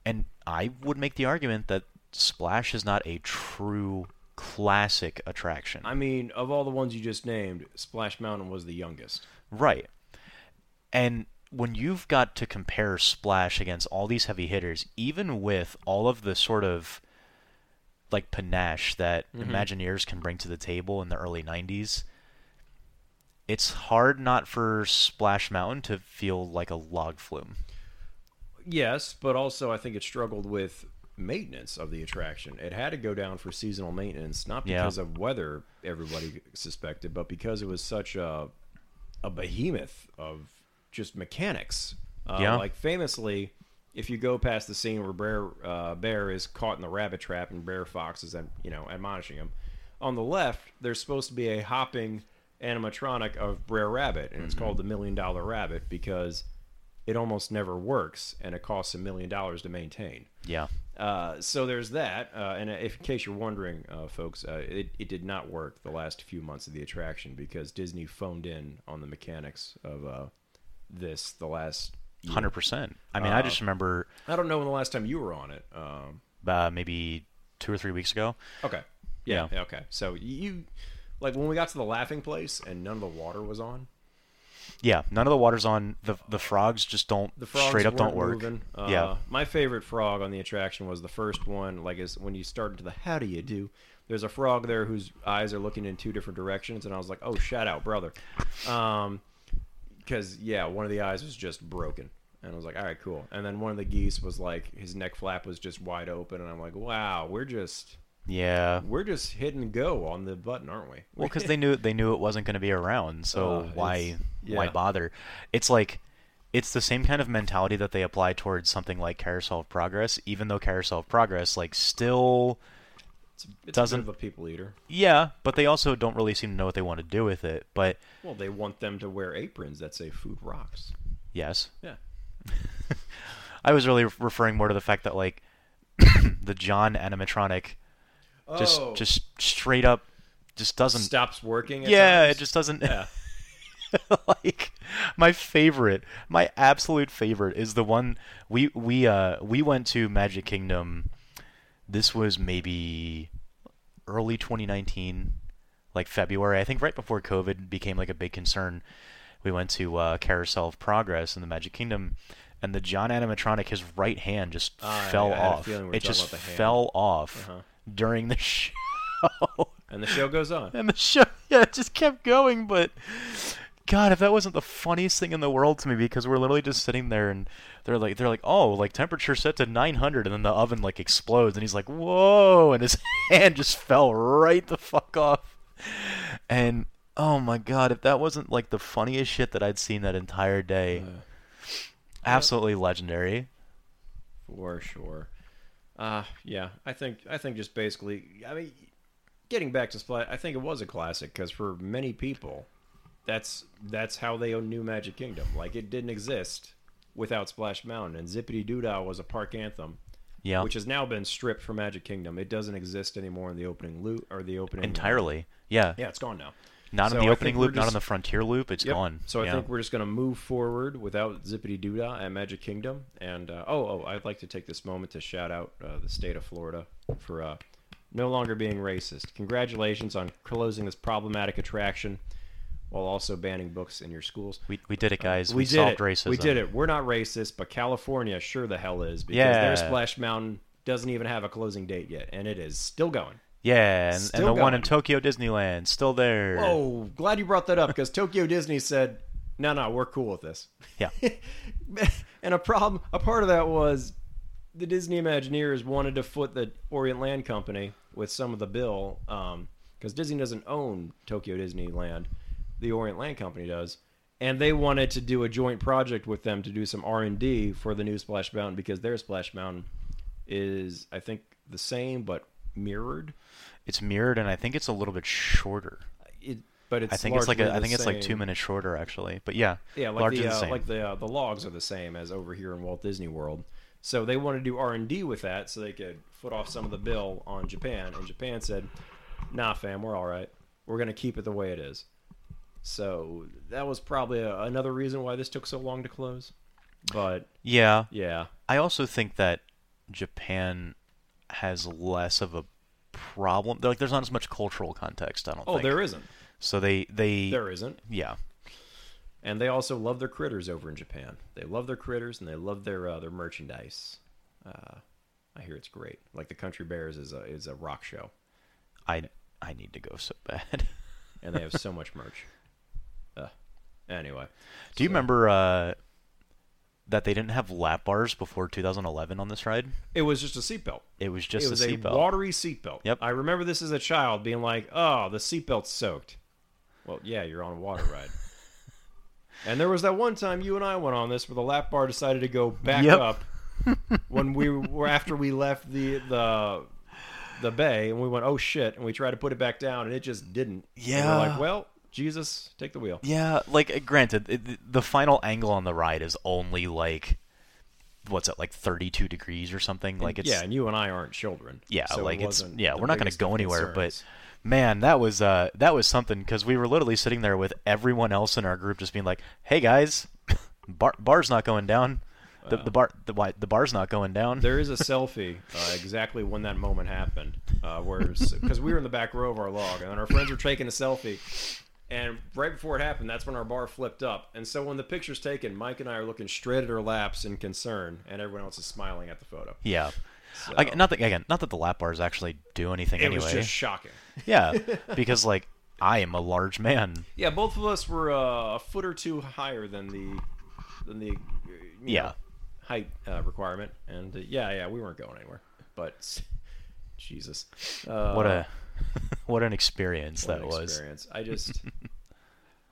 Speaker 1: And I would make the argument that Splash is not a true classic attraction.
Speaker 2: I mean, of all the ones you just named, Splash Mountain was the youngest.
Speaker 1: Right. And when you've got to compare Splash against all these heavy hitters, even with all of the sort of like panache that
Speaker 2: Mm-hmm.
Speaker 1: Imagineers can bring to the table in the early 90s, it's hard not for Splash Mountain to feel like a log flume.
Speaker 2: Yes, but also I think it struggled with maintenance of the attraction. It had to go down for seasonal maintenance, not
Speaker 1: Yeah.
Speaker 2: because of weather everybody suspected, but because it was such a a behemoth of just mechanics. Uh,
Speaker 1: Yeah.
Speaker 2: Like famously, if you go past the scene where Bear uh, Bear is caught in the rabbit trap and Bear Fox is you know admonishing him, on the left there's supposed to be a hopping animatronic of Brer Rabbit, and it's called the Million Dollar Rabbit because it almost never works and it costs a million dollars to maintain.
Speaker 1: Yeah.
Speaker 2: Uh, so there's that. Uh, and if, in case you're wondering, uh, folks, uh, it, it did not work the last few months of the attraction because Disney phoned in on the mechanics of uh, this the last. Year.
Speaker 1: 100%. I mean, I just remember
Speaker 2: I don't know when the last time you were on it. Um,
Speaker 1: uh, maybe 2 or 3 weeks ago.
Speaker 2: okay. Yeah, Okay. So you, like, when we got to the laughing place and none of the water was on,
Speaker 1: Yeah, none of the water's on the the frogs just don't
Speaker 2: the frogs
Speaker 1: straight up don't work.
Speaker 2: weren't Moving. Uh,
Speaker 1: yeah.
Speaker 2: my favorite frog on the attraction was the first one. Like is when you start into the how do you do. There's a frog there whose eyes are looking in two different directions, and I was like, oh, shout out, brother, because yeah, one of the eyes was just broken, and I was like, all right, cool. And then one of the geese was like, his neck flap was just wide open, and I'm like, wow, we're just
Speaker 1: Yeah.
Speaker 2: we're just hit and go on the button, aren't we?
Speaker 1: Well, because they knew they knew it wasn't going to be around, so
Speaker 2: Uh,
Speaker 1: why
Speaker 2: it's- yeah.
Speaker 1: why bother? It's like it's the same kind of mentality that they apply towards something like Carousel of Progress, even though Carousel of Progress like still
Speaker 2: it's
Speaker 1: doesn't-
Speaker 2: a bit of a people eater.
Speaker 1: yeah, but they also don't really seem to know what they want to do with it. But
Speaker 2: Well, they want them to wear aprons that say "Food Rocks."
Speaker 1: yes,
Speaker 2: Yeah.
Speaker 1: I was really referring more to the fact that like the John animatronic just
Speaker 2: Oh.
Speaker 1: just straight up just doesn't
Speaker 2: stops working. At
Speaker 1: yeah,
Speaker 2: times?
Speaker 1: it just doesn't. like my favorite, my absolute favorite is the one we we uh we went to Magic Kingdom. This was maybe early 2019, like February. I think right before COVID became like a big concern. We went to uh, Carousel of Progress in the Magic Kingdom, and the John animatronic, his right hand just
Speaker 2: Ah, yeah,
Speaker 1: fell
Speaker 2: I had a
Speaker 1: off.
Speaker 2: feeling we were
Speaker 1: It
Speaker 2: talking
Speaker 1: just
Speaker 2: about the hand. Uh-huh.
Speaker 1: fell off during the show.
Speaker 2: and the show goes on.
Speaker 1: and the show yeah it just kept going but god if that wasn't the funniest thing in the world to me because we're literally just sitting there and they're like they're like oh like temperature set to 900 and then the oven like explodes and he's like whoa and his hand just fell right the fuck off and oh my god if that wasn't like the funniest shit that i'd seen that entire day absolutely legendary
Speaker 2: For sure. Uh yeah, I think I think just basically, I mean, getting back to Splash, I think it was a classic because for many people, that's that's how they knew Magic Kingdom. Like it didn't exist without Splash Mountain, and Zippity Doodah was a park anthem,
Speaker 1: yeah
Speaker 2: which has now been stripped from Magic Kingdom. It doesn't exist anymore in the opening loop or the opening
Speaker 1: entirely yeah,
Speaker 2: Yeah, it's gone now.
Speaker 1: not
Speaker 2: So
Speaker 1: in
Speaker 2: I
Speaker 1: the
Speaker 2: think
Speaker 1: opening
Speaker 2: we're
Speaker 1: loop not
Speaker 2: just-
Speaker 1: in the frontier loop It's
Speaker 2: Yep.
Speaker 1: gone
Speaker 2: So I
Speaker 1: Yeah.
Speaker 2: think we're just going to move forward without zippity doodah at Magic Kingdom. And uh, oh, oh, I'd like to take this moment to shout out uh, the state of Florida for uh, no longer being racist. Congratulations on closing this problematic attraction while also banning books in your schools.
Speaker 1: we, we did it guys we,
Speaker 2: We, did
Speaker 1: solved
Speaker 2: it.
Speaker 1: racism
Speaker 2: We did it. We're not racist, but California sure the hell is because
Speaker 1: Yeah.
Speaker 2: their Splash Mountain doesn't even have a closing date yet, and it is still going.
Speaker 1: Yeah, and, and
Speaker 2: Still
Speaker 1: the one in
Speaker 2: going.
Speaker 1: Tokyo Disneyland still there.
Speaker 2: Oh, glad you brought that up because Tokyo Disney said, "No, no, we're cool with this."
Speaker 1: Yeah.
Speaker 2: and a problem, a part of that was the Disney Imagineers wanted to foot the Orient Land Company with some of the bill because Disney doesn't own Tokyo Disneyland, the Orient Land Company does, and they wanted to do a joint project with them to do some R and D for the new Splash Mountain because their Splash Mountain is, I think, the same but mirrored.
Speaker 1: It's mirrored, and I think it's a little bit shorter.
Speaker 2: It, but it's
Speaker 1: I think it's like a,
Speaker 2: largely
Speaker 1: I
Speaker 2: the
Speaker 1: think it's like two
Speaker 2: same-
Speaker 1: minutes shorter actually. But yeah,
Speaker 2: Yeah, like
Speaker 1: largely
Speaker 2: the,
Speaker 1: the
Speaker 2: uh,
Speaker 1: same.
Speaker 2: like the uh, the logs are the same as over here in Walt Disney World. So they want to do R and D with that, so they could foot off some of the bill on Japan. And Japan said, "Nah, fam, we're all right. We're gonna keep it the way it is." So that was probably a, another reason why this took so long to close. But
Speaker 1: yeah,
Speaker 2: yeah,
Speaker 1: I also think that Japan has less of a problem. Like, there's not as much cultural context. I don't.
Speaker 2: oh,
Speaker 1: think.
Speaker 2: there isn't,
Speaker 1: So they they
Speaker 2: there isn't,
Speaker 1: yeah
Speaker 2: and they also love their critters over in Japan. They love their critters and they love their uh, their merchandise. Uh, I hear it's great. Like the Country Bears is a is a rock show.
Speaker 1: I I need to go so bad.
Speaker 2: and they have so much merch. Uh, anyway,
Speaker 1: Do you remember uh, that they didn't have lap bars before 2011 on this ride?
Speaker 2: it was just a seatbelt.
Speaker 1: It was
Speaker 2: It
Speaker 1: just
Speaker 2: was
Speaker 1: a
Speaker 2: a
Speaker 1: seatbelt.
Speaker 2: watery seatbelt.
Speaker 1: Yep.
Speaker 2: I remember this as a child being like, "Oh, the seatbelt's soaked." Well, yeah, you're on a water ride. and there was that one time you and I went on this where the lap bar decided to go back
Speaker 1: Yep.
Speaker 2: up when we were after we left the the the bay and we went, "Oh shit!" and we tried to put it back down and it just didn't. And
Speaker 1: Yeah.
Speaker 2: we're like, well, Jesus, take the wheel.
Speaker 1: Yeah, like uh, granted, it, the final angle on the ride is only like what's it like 32 degrees or something. Like it's
Speaker 2: yeah, and you and I aren't children.
Speaker 1: yeah,
Speaker 2: so it
Speaker 1: like it's
Speaker 2: wasn't
Speaker 1: yeah,
Speaker 2: the
Speaker 1: we're not going to
Speaker 2: biggest
Speaker 1: go
Speaker 2: of
Speaker 1: anywhere.
Speaker 2: concerns.
Speaker 1: But man, that was uh that was something because we were literally sitting there with everyone else in our group just being like, "Hey guys, bar bar's not going down. The, the bar the why the bar's not going down."
Speaker 2: there is a selfie uh, exactly when that moment happened, uh, where because we were in the back row of our log and our friends were taking a selfie, and right before it happened, that's when our bar flipped up, and so when the picture's taken, Mike and I are looking straight at our laps in concern, and everyone else is smiling at the photo.
Speaker 1: Yeah.
Speaker 2: So,
Speaker 1: Like, not that again, not that the lap bars actually do anything
Speaker 2: it
Speaker 1: anyway.
Speaker 2: was just shocking.
Speaker 1: Yeah, because like I am a large man.
Speaker 2: Yeah, both of us were uh, a foot or two higher than the than the uh, you
Speaker 1: Yeah.
Speaker 2: know, height uh, requirement, and uh, yeah, yeah, we weren't going anywhere. But Jesus, uh,
Speaker 1: What a what an experience
Speaker 2: what
Speaker 1: that
Speaker 2: an
Speaker 1: was.
Speaker 2: experience. I just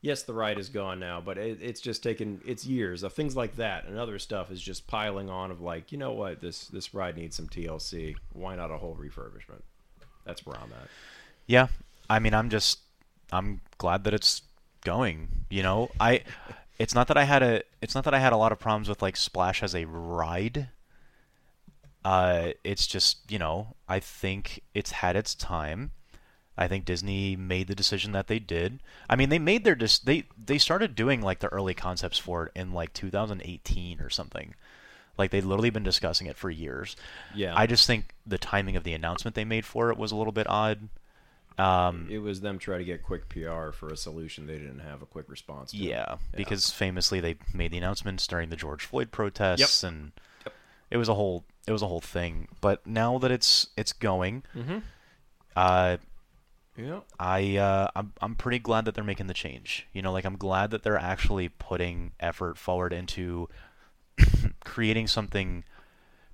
Speaker 2: yes, the ride is gone now, but it, it's just taken it's years of things like that and other stuff is just piling on of like you know what this this ride needs some TLC. Why not a whole refurbishment? That's where I'm at.
Speaker 1: Yeah. I mean, I'm just I'm glad that it's going, you know. I it's not that I had a it's not that I had a lot of problems with like Splash as a ride. Uh it's just, you know, I think it's had its time. I think Disney made the decision that they did. I mean, they made their dis- they they started doing like the early concepts for it in like 2018 or something. Like they'd literally been discussing it for years.
Speaker 2: Yeah,
Speaker 1: I just think the timing of the announcement they made for it was a little bit odd. Mm.
Speaker 2: it was them trying to get quick PR for a solution they didn't have a quick response. To.
Speaker 1: Yeah, because famously they made the announcements during the George Floyd protests, and it was a whole it was a whole thing. But now that it's it's going, uh,
Speaker 2: yeah.
Speaker 1: I uh, I'm I'm pretty glad that they're making the change. You know, like I'm glad that they're actually putting effort forward into creating something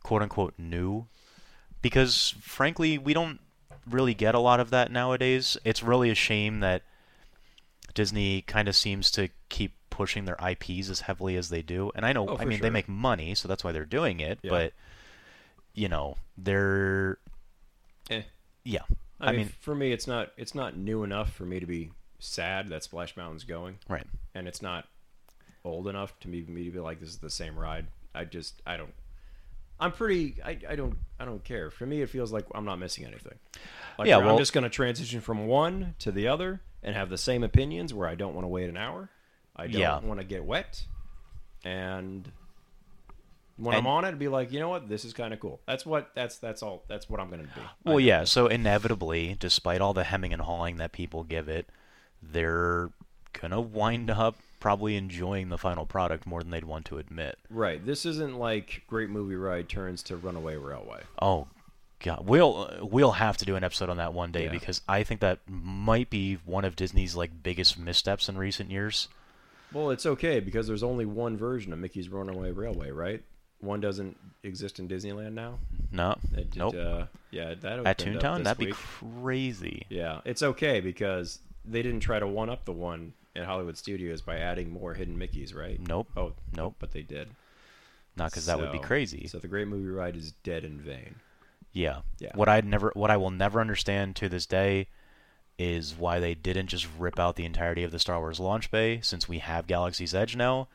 Speaker 1: quote unquote new, because frankly we don't really get a lot of that nowadays. It's really a shame that Disney kind of seems to keep pushing their IPs as heavily as they do. And I know,
Speaker 2: Oh,
Speaker 1: I
Speaker 2: for
Speaker 1: mean, they
Speaker 2: sure.
Speaker 1: make money, so that's why they're doing it.
Speaker 2: Yeah.
Speaker 1: But you know, they're
Speaker 2: Eh.
Speaker 1: yeah.
Speaker 2: I, mean, for me, it's not it's not new enough for me to be sad that Splash Mountain's going,
Speaker 1: right.
Speaker 2: and it's not old enough to me, me to be like this is the same ride. I just I don't. I'm pretty. I, I don't. I don't care. For me, it feels like I'm not missing anything. Like
Speaker 1: Yeah,
Speaker 2: I'm
Speaker 1: well-
Speaker 2: just going to transition from one to the other and have the same opinions. Where I don't want to wait an hour. I don't
Speaker 1: Yeah.
Speaker 2: want to get wet. And when
Speaker 1: And-
Speaker 2: I'm on it, be like, you know what? This is kind of cool. That's what. That's that's all. That's what I'm going to be.
Speaker 1: Well, yeah. So inevitably, despite all the hemming and hawing that people give it, they're gonna wind up probably enjoying the final product more than they'd want to admit.
Speaker 2: Right. This isn't like Great Movie Ride turns to Runaway Railway.
Speaker 1: Oh, god, we'll we'll have to do an episode on that one day
Speaker 2: Yeah.
Speaker 1: because I think that might be one of Disney's like biggest missteps in recent years.
Speaker 2: Well, it's okay because there's only one version of Mickey's Runaway Railway, right? One doesn't exist in Disneyland now.
Speaker 1: No,
Speaker 2: It did,
Speaker 1: nope.
Speaker 2: Uh, yeah, that opened
Speaker 1: At
Speaker 2: up
Speaker 1: Toontown,
Speaker 2: this
Speaker 1: that'd be
Speaker 2: week.
Speaker 1: crazy.
Speaker 2: Yeah, it's okay because they didn't try to one up the one at Hollywood Studios by adding more hidden Mickeys, right?
Speaker 1: Nope,
Speaker 2: Oh,
Speaker 1: Nope.
Speaker 2: but they did.
Speaker 1: not because that would be
Speaker 2: So-
Speaker 1: crazy.
Speaker 2: So the Great Movie Ride is dead in vain.
Speaker 1: Yeah.
Speaker 2: Yeah.
Speaker 1: What I'd never, what I will never understand to this day, is why they didn't just rip out the entirety of the Star Wars launch bay since we have Galaxy's Edge now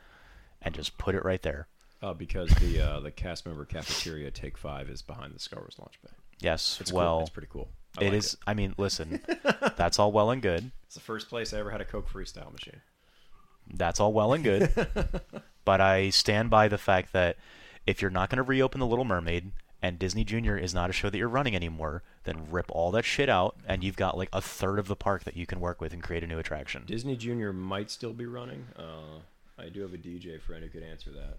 Speaker 1: and just put it right there.
Speaker 2: Uh, because the uh, the cast member cafeteria Take Five is behind the Star Wars launch bay.
Speaker 1: Yes,
Speaker 2: It's
Speaker 1: well,
Speaker 2: cool. it's pretty cool.
Speaker 1: it
Speaker 2: I like
Speaker 1: is. I mean, listen, that's all well and good.
Speaker 2: It's the first place I ever had a Coke freestyle machine.
Speaker 1: That's all well and good. but I stand by the fact that if you're not going to reopen The Little Mermaid and Disney Junior is not a show that you're running anymore, then rip all that shit out and you've got like a third of the park that you can work with and create a new attraction.
Speaker 2: Disney Junior might still be running. Uh, I do have a DJ friend who could answer that.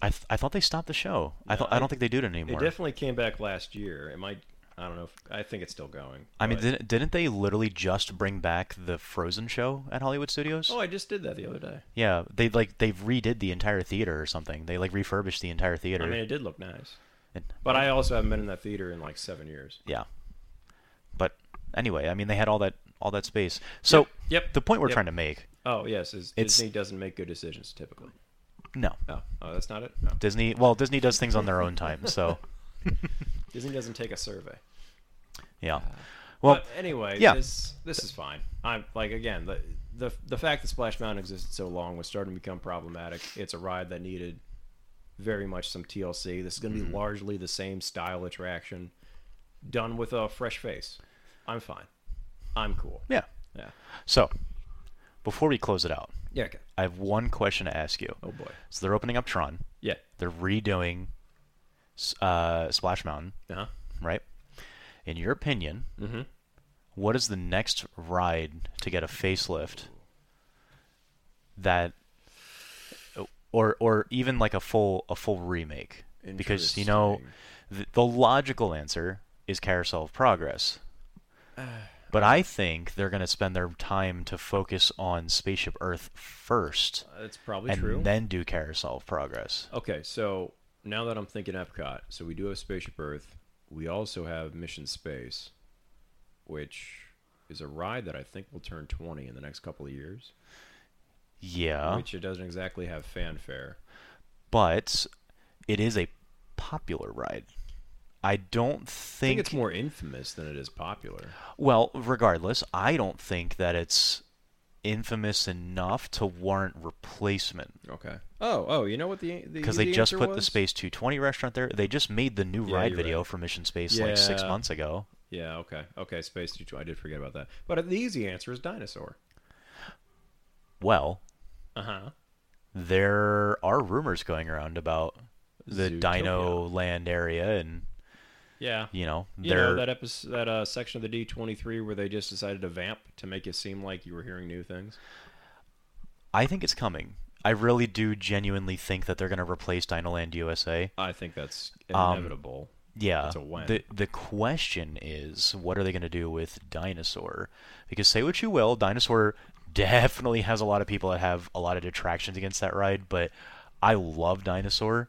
Speaker 1: I, th- I thought they stopped the show. I, th-
Speaker 2: No,
Speaker 1: I don't think they do it anymore.
Speaker 2: It definitely came back last year. It might. I don't know. If, I think it's still going.
Speaker 1: I mean,
Speaker 2: but-
Speaker 1: didn't, didn't they literally just bring back the Frozen show at Hollywood Studios?
Speaker 2: oh, I just did that the other day.
Speaker 1: Yeah, they like they redid the entire theater or something. They like refurbished the entire theater.
Speaker 2: I mean, it did look nice.
Speaker 1: And-
Speaker 2: But I also haven't been in that theater in like seven years.
Speaker 1: yeah. But anyway, I mean, they had all that all that space. So
Speaker 2: Yep.
Speaker 1: the point we're
Speaker 2: Yep.
Speaker 1: trying to make,
Speaker 2: Oh yes, is
Speaker 1: It's-
Speaker 2: Disney doesn't make good decisions typically.
Speaker 1: no,
Speaker 2: Oh, oh, that's not it. No.
Speaker 1: Disney. Well, Disney does things on their own time. So
Speaker 2: Disney doesn't take a survey.
Speaker 1: yeah. Well,
Speaker 2: but anyway,
Speaker 1: yeah.
Speaker 2: this this is fine. I'm like again the the the fact that Splash Mountain existed so long was starting to become problematic. It's a ride that needed very much some TLC. This is going to
Speaker 1: Mm-hmm.
Speaker 2: be largely the same style attraction, done with a fresh face. I'm fine. I'm cool.
Speaker 1: yeah.
Speaker 2: Yeah.
Speaker 1: So before we close it out,
Speaker 2: Yeah. Okay.
Speaker 1: I have one question to ask you.
Speaker 2: Oh boy.
Speaker 1: So they're opening up Tron.
Speaker 2: Yeah.
Speaker 1: They're redoing s- uh, Splash Mountain,
Speaker 2: Uh huh.
Speaker 1: right? In your opinion, what is the next ride to get a facelift that, or or even like a full a full remake? Because you know, the, the logical answer is Carousel of Progress. But I think they're going to spend their time to focus on Spaceship Earth first,
Speaker 2: That's probably
Speaker 1: and
Speaker 2: true.
Speaker 1: then do Carousel of Progress.
Speaker 2: Okay, so now that I'm thinking Epcot, so we do have Spaceship Earth. We also have Mission Space, which is a ride that I think will turn 20 in the next couple of years,
Speaker 1: Yeah,
Speaker 2: which it doesn't exactly have fanfare.
Speaker 1: but it is a popular ride. I don't
Speaker 2: I think
Speaker 1: think,
Speaker 2: it's more infamous than it is popular.
Speaker 1: well, regardless, I don't think that it's infamous enough to warrant replacement
Speaker 2: Okay. Oh, oh, you know what the
Speaker 1: because they just put the space 220 restaurant there. They just made the new
Speaker 2: Yeah,
Speaker 1: ride
Speaker 2: you're
Speaker 1: video for Mission Space like 6
Speaker 2: Yeah.
Speaker 1: months ago.
Speaker 2: Yeah. Okay. Okay. Space. Detour- I did forget about that. But the easy answer is dinosaur.
Speaker 1: Well,
Speaker 2: Uh
Speaker 1: Uh-huh.
Speaker 2: huh.
Speaker 1: there are rumors going around about the
Speaker 2: Zootopia.
Speaker 1: Dino Land area and
Speaker 2: Yeah.
Speaker 1: you know,
Speaker 2: You
Speaker 1: they're
Speaker 2: know that episode, that uh, section of the D23 where they just decided to vamp to make it seem like you were hearing new things.
Speaker 1: I think it's coming. I really do genuinely think that they're going to replace Dino Land USA.
Speaker 2: I think that's
Speaker 1: Um,
Speaker 2: inevitable.
Speaker 1: Yeah.
Speaker 2: That's a win.
Speaker 1: The the question is, what are they going to do with Dinosaur? Because say what you will, Dinosaur definitely has a lot of people that have a lot of detractions against that ride, but I love Dinosaur.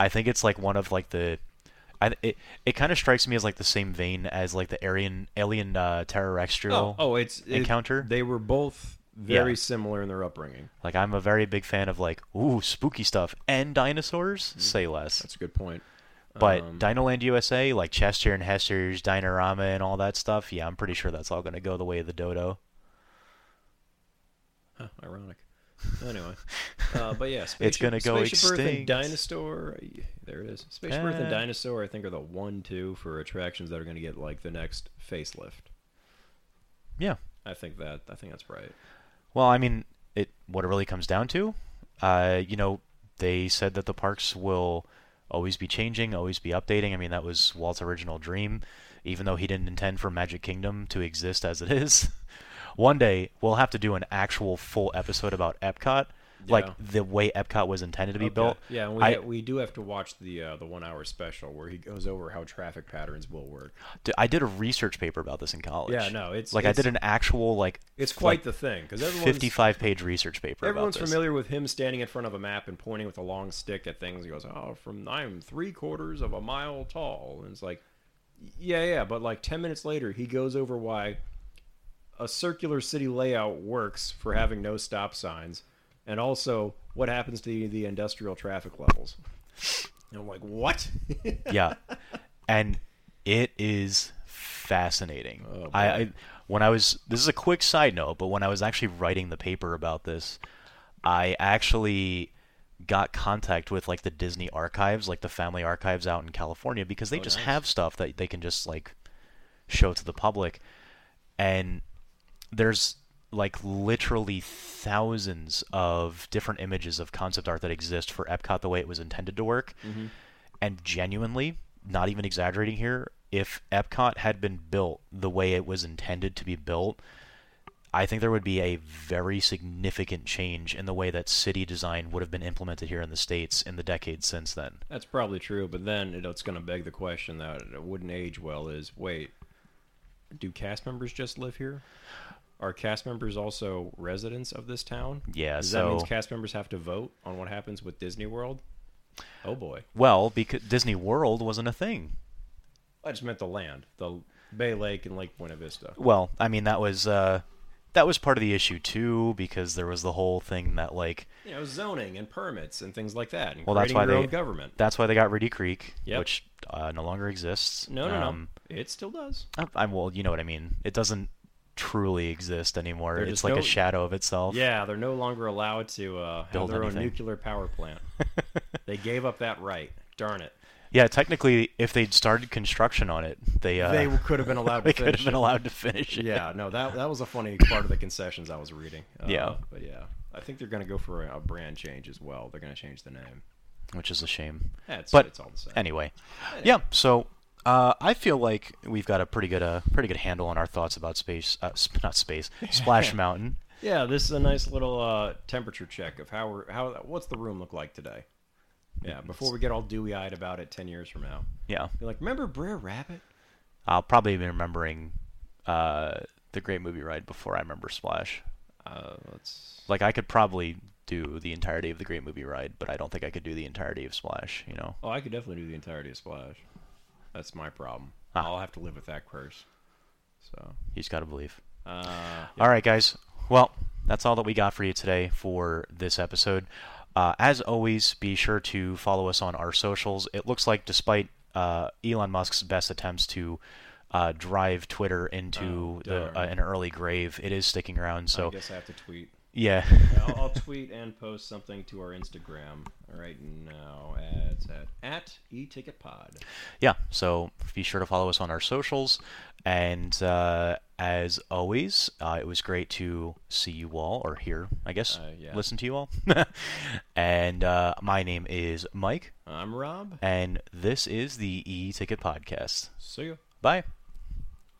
Speaker 1: I think it's like one of like the I, it it kind of strikes me as like the same vein as like the Aryan alien uh, terrestrial.
Speaker 2: oh, oh, it's it-
Speaker 1: encounter?
Speaker 2: They were both very
Speaker 1: Yeah.
Speaker 2: similar in their upbringing.
Speaker 1: Like I'm a very big fan of like ooh spooky stuff and dinosaurs.
Speaker 2: Mm-hmm.
Speaker 1: Say less.
Speaker 2: That's a good point.
Speaker 1: But
Speaker 2: Um,
Speaker 1: Dinoland USA, like Chester and Hester's Dinorama and all that stuff, yeah, I'm pretty sure that's all going to go the way of the dodo.
Speaker 2: huh, ironic. Anyway, uh, but yeah, Spaceship,
Speaker 1: gonna go
Speaker 2: Spaceship Earth and
Speaker 1: extinct.
Speaker 2: Dinosaur. There it is. Spaceship Earth and
Speaker 1: Ah.
Speaker 2: Dinosaur, I think, are the one two for attractions that are going to get like the next facelift.
Speaker 1: Yeah.
Speaker 2: I think that I think that's right.
Speaker 1: Well, I mean, it what it really comes down to, uh, you know, they said that the parks will always be changing, always be updating. I mean, that was Walt's original dream, even though he didn't intend for Magic Kingdom to exist as it is. One day we'll have to do an actual full episode about Epcot,
Speaker 2: Yeah.
Speaker 1: like the way Epcot was intended to be
Speaker 2: Okay.
Speaker 1: built.
Speaker 2: Yeah, and we,
Speaker 1: I-
Speaker 2: ha- we do have to watch the uh, the one hour special where he goes over how traffic patterns will work.
Speaker 1: D- I did a research paper about this in college.
Speaker 2: Yeah, no, it's-
Speaker 1: like
Speaker 2: it's-
Speaker 1: I did an actual like
Speaker 2: It's
Speaker 1: f-
Speaker 2: quite the thing because
Speaker 1: like,
Speaker 2: everyone's
Speaker 1: 55 page research paper about
Speaker 2: everyone's
Speaker 1: this.
Speaker 2: familiar with him standing in front of a map and pointing with a long stick at things. He goes, "Oh, from I'm three quarters of a mile tall," and it's like, "Yeah, yeah," but like ten minutes later, he goes over why a circular city layout works for having no stop signs, and also what happens to the, the industrial traffic levels. And I'm like, "What?"
Speaker 1: yeah, and it is fascinating.
Speaker 2: Oh, boy.
Speaker 1: I, I When I was this is a quick side note, but when I was actually writing the paper about this, I actually got contact with like the Disney archives, like the family archives out in California because they
Speaker 2: Oh,
Speaker 1: just
Speaker 2: nice.
Speaker 1: have stuff that they can just like show to the public. And there's like literally thousands of different images of concept art that exist for Epcot the way it was intended to work. And genuinely, not even exaggerating here, if Epcot had been built the way it was intended to be built, I think there would be a very significant change in the way that city design would have been implemented here in the States in the decades since then.
Speaker 2: That's probably true, but then it, it's going to beg the question that it wouldn't age well is wait, do cast members just live here? Are cast members also residents of this town?
Speaker 1: Yeah,
Speaker 2: Does that
Speaker 1: so
Speaker 2: means cast members have to vote on what happens with Disney World? Oh boy.
Speaker 1: well, because Disney World wasn't a thing.
Speaker 2: I just meant the land, the Bay Lake and Lake Buena Vista.
Speaker 1: Well, I mean that was uh, that was part of the issue too because there was the whole thing that like
Speaker 2: You know, zoning and permits and things like that. And
Speaker 1: Well, that's
Speaker 2: creating
Speaker 1: why
Speaker 2: your
Speaker 1: they-
Speaker 2: own government.
Speaker 1: that's why they got Reedy Creek,
Speaker 2: Yep.
Speaker 1: which uh, no longer exists.
Speaker 2: No, no,
Speaker 1: Um,
Speaker 2: no. It still does.
Speaker 1: I- I'm well, you know what I mean. It doesn't truly exist anymore.
Speaker 2: They're
Speaker 1: It's
Speaker 2: just
Speaker 1: like
Speaker 2: no-
Speaker 1: a shadow of itself.
Speaker 2: Yeah, they're no longer allowed to uh, have
Speaker 1: Build
Speaker 2: their
Speaker 1: anything.
Speaker 2: own nuclear power plant. they gave up that right. Darn it.
Speaker 1: Yeah, technically, if they'd started construction on it, they uh,
Speaker 2: they could have been allowed
Speaker 1: they
Speaker 2: to
Speaker 1: could have
Speaker 2: finish.
Speaker 1: been allowed to finish it.
Speaker 2: yeah, no, that that was a funny part of the concessions I was reading. Uh,
Speaker 1: Yeah.
Speaker 2: but yeah, I think they're going to go for a, a brand change as well. They're going to change the name.
Speaker 1: which is a shame.
Speaker 2: That's
Speaker 1: But-
Speaker 2: it's all the same.
Speaker 1: Anyway, yeah. So uh, I feel like we've got a pretty good uh, pretty good handle on our thoughts about space, uh, sp- not space, Splash Mountain.
Speaker 2: Yeah, this is a nice little uh, temperature check of how we're how what's the room look like today. Yeah, before we get all dewy eyed about it ten years from now.
Speaker 1: Yeah,
Speaker 2: You're like, remember Brer Rabbit?
Speaker 1: I'll probably be remembering uh, the Great Movie Ride before I remember Splash.
Speaker 2: Uh, let's.
Speaker 1: Like I could probably do the entirety of the Great Movie Ride, but I don't think I could do the entirety of Splash. You know.
Speaker 2: Oh, I could definitely do the entirety of Splash. That's my problem.
Speaker 1: Ah.
Speaker 2: I'll have to live with that curse. So,
Speaker 1: You just got to believe.
Speaker 2: uh,
Speaker 1: All right, guys. Well, that's all that we got for you today for this episode. Uh, as always, be sure to follow us on our socials. It looks like, despite uh, Elon Musk's best attempts to uh, drive Twitter into
Speaker 2: Oh,
Speaker 1: the, uh,
Speaker 2: darn.
Speaker 1: an early grave, it is sticking around.
Speaker 2: I
Speaker 1: So,
Speaker 2: guess I have to tweet.
Speaker 1: yeah.
Speaker 2: I'll, I'll tweet and post something to our Instagram right now. It's at at eticketpod.
Speaker 1: yeah. So, be sure to follow us on our socials. And uh, as always, uh, it was great to see you all, or hear, I guess,
Speaker 2: Uh, yeah.
Speaker 1: listen to you all. and uh, my name is Mike.
Speaker 2: I'm Rob.
Speaker 1: And this is the E Ticket Podcast.
Speaker 2: See ya.
Speaker 1: Bye.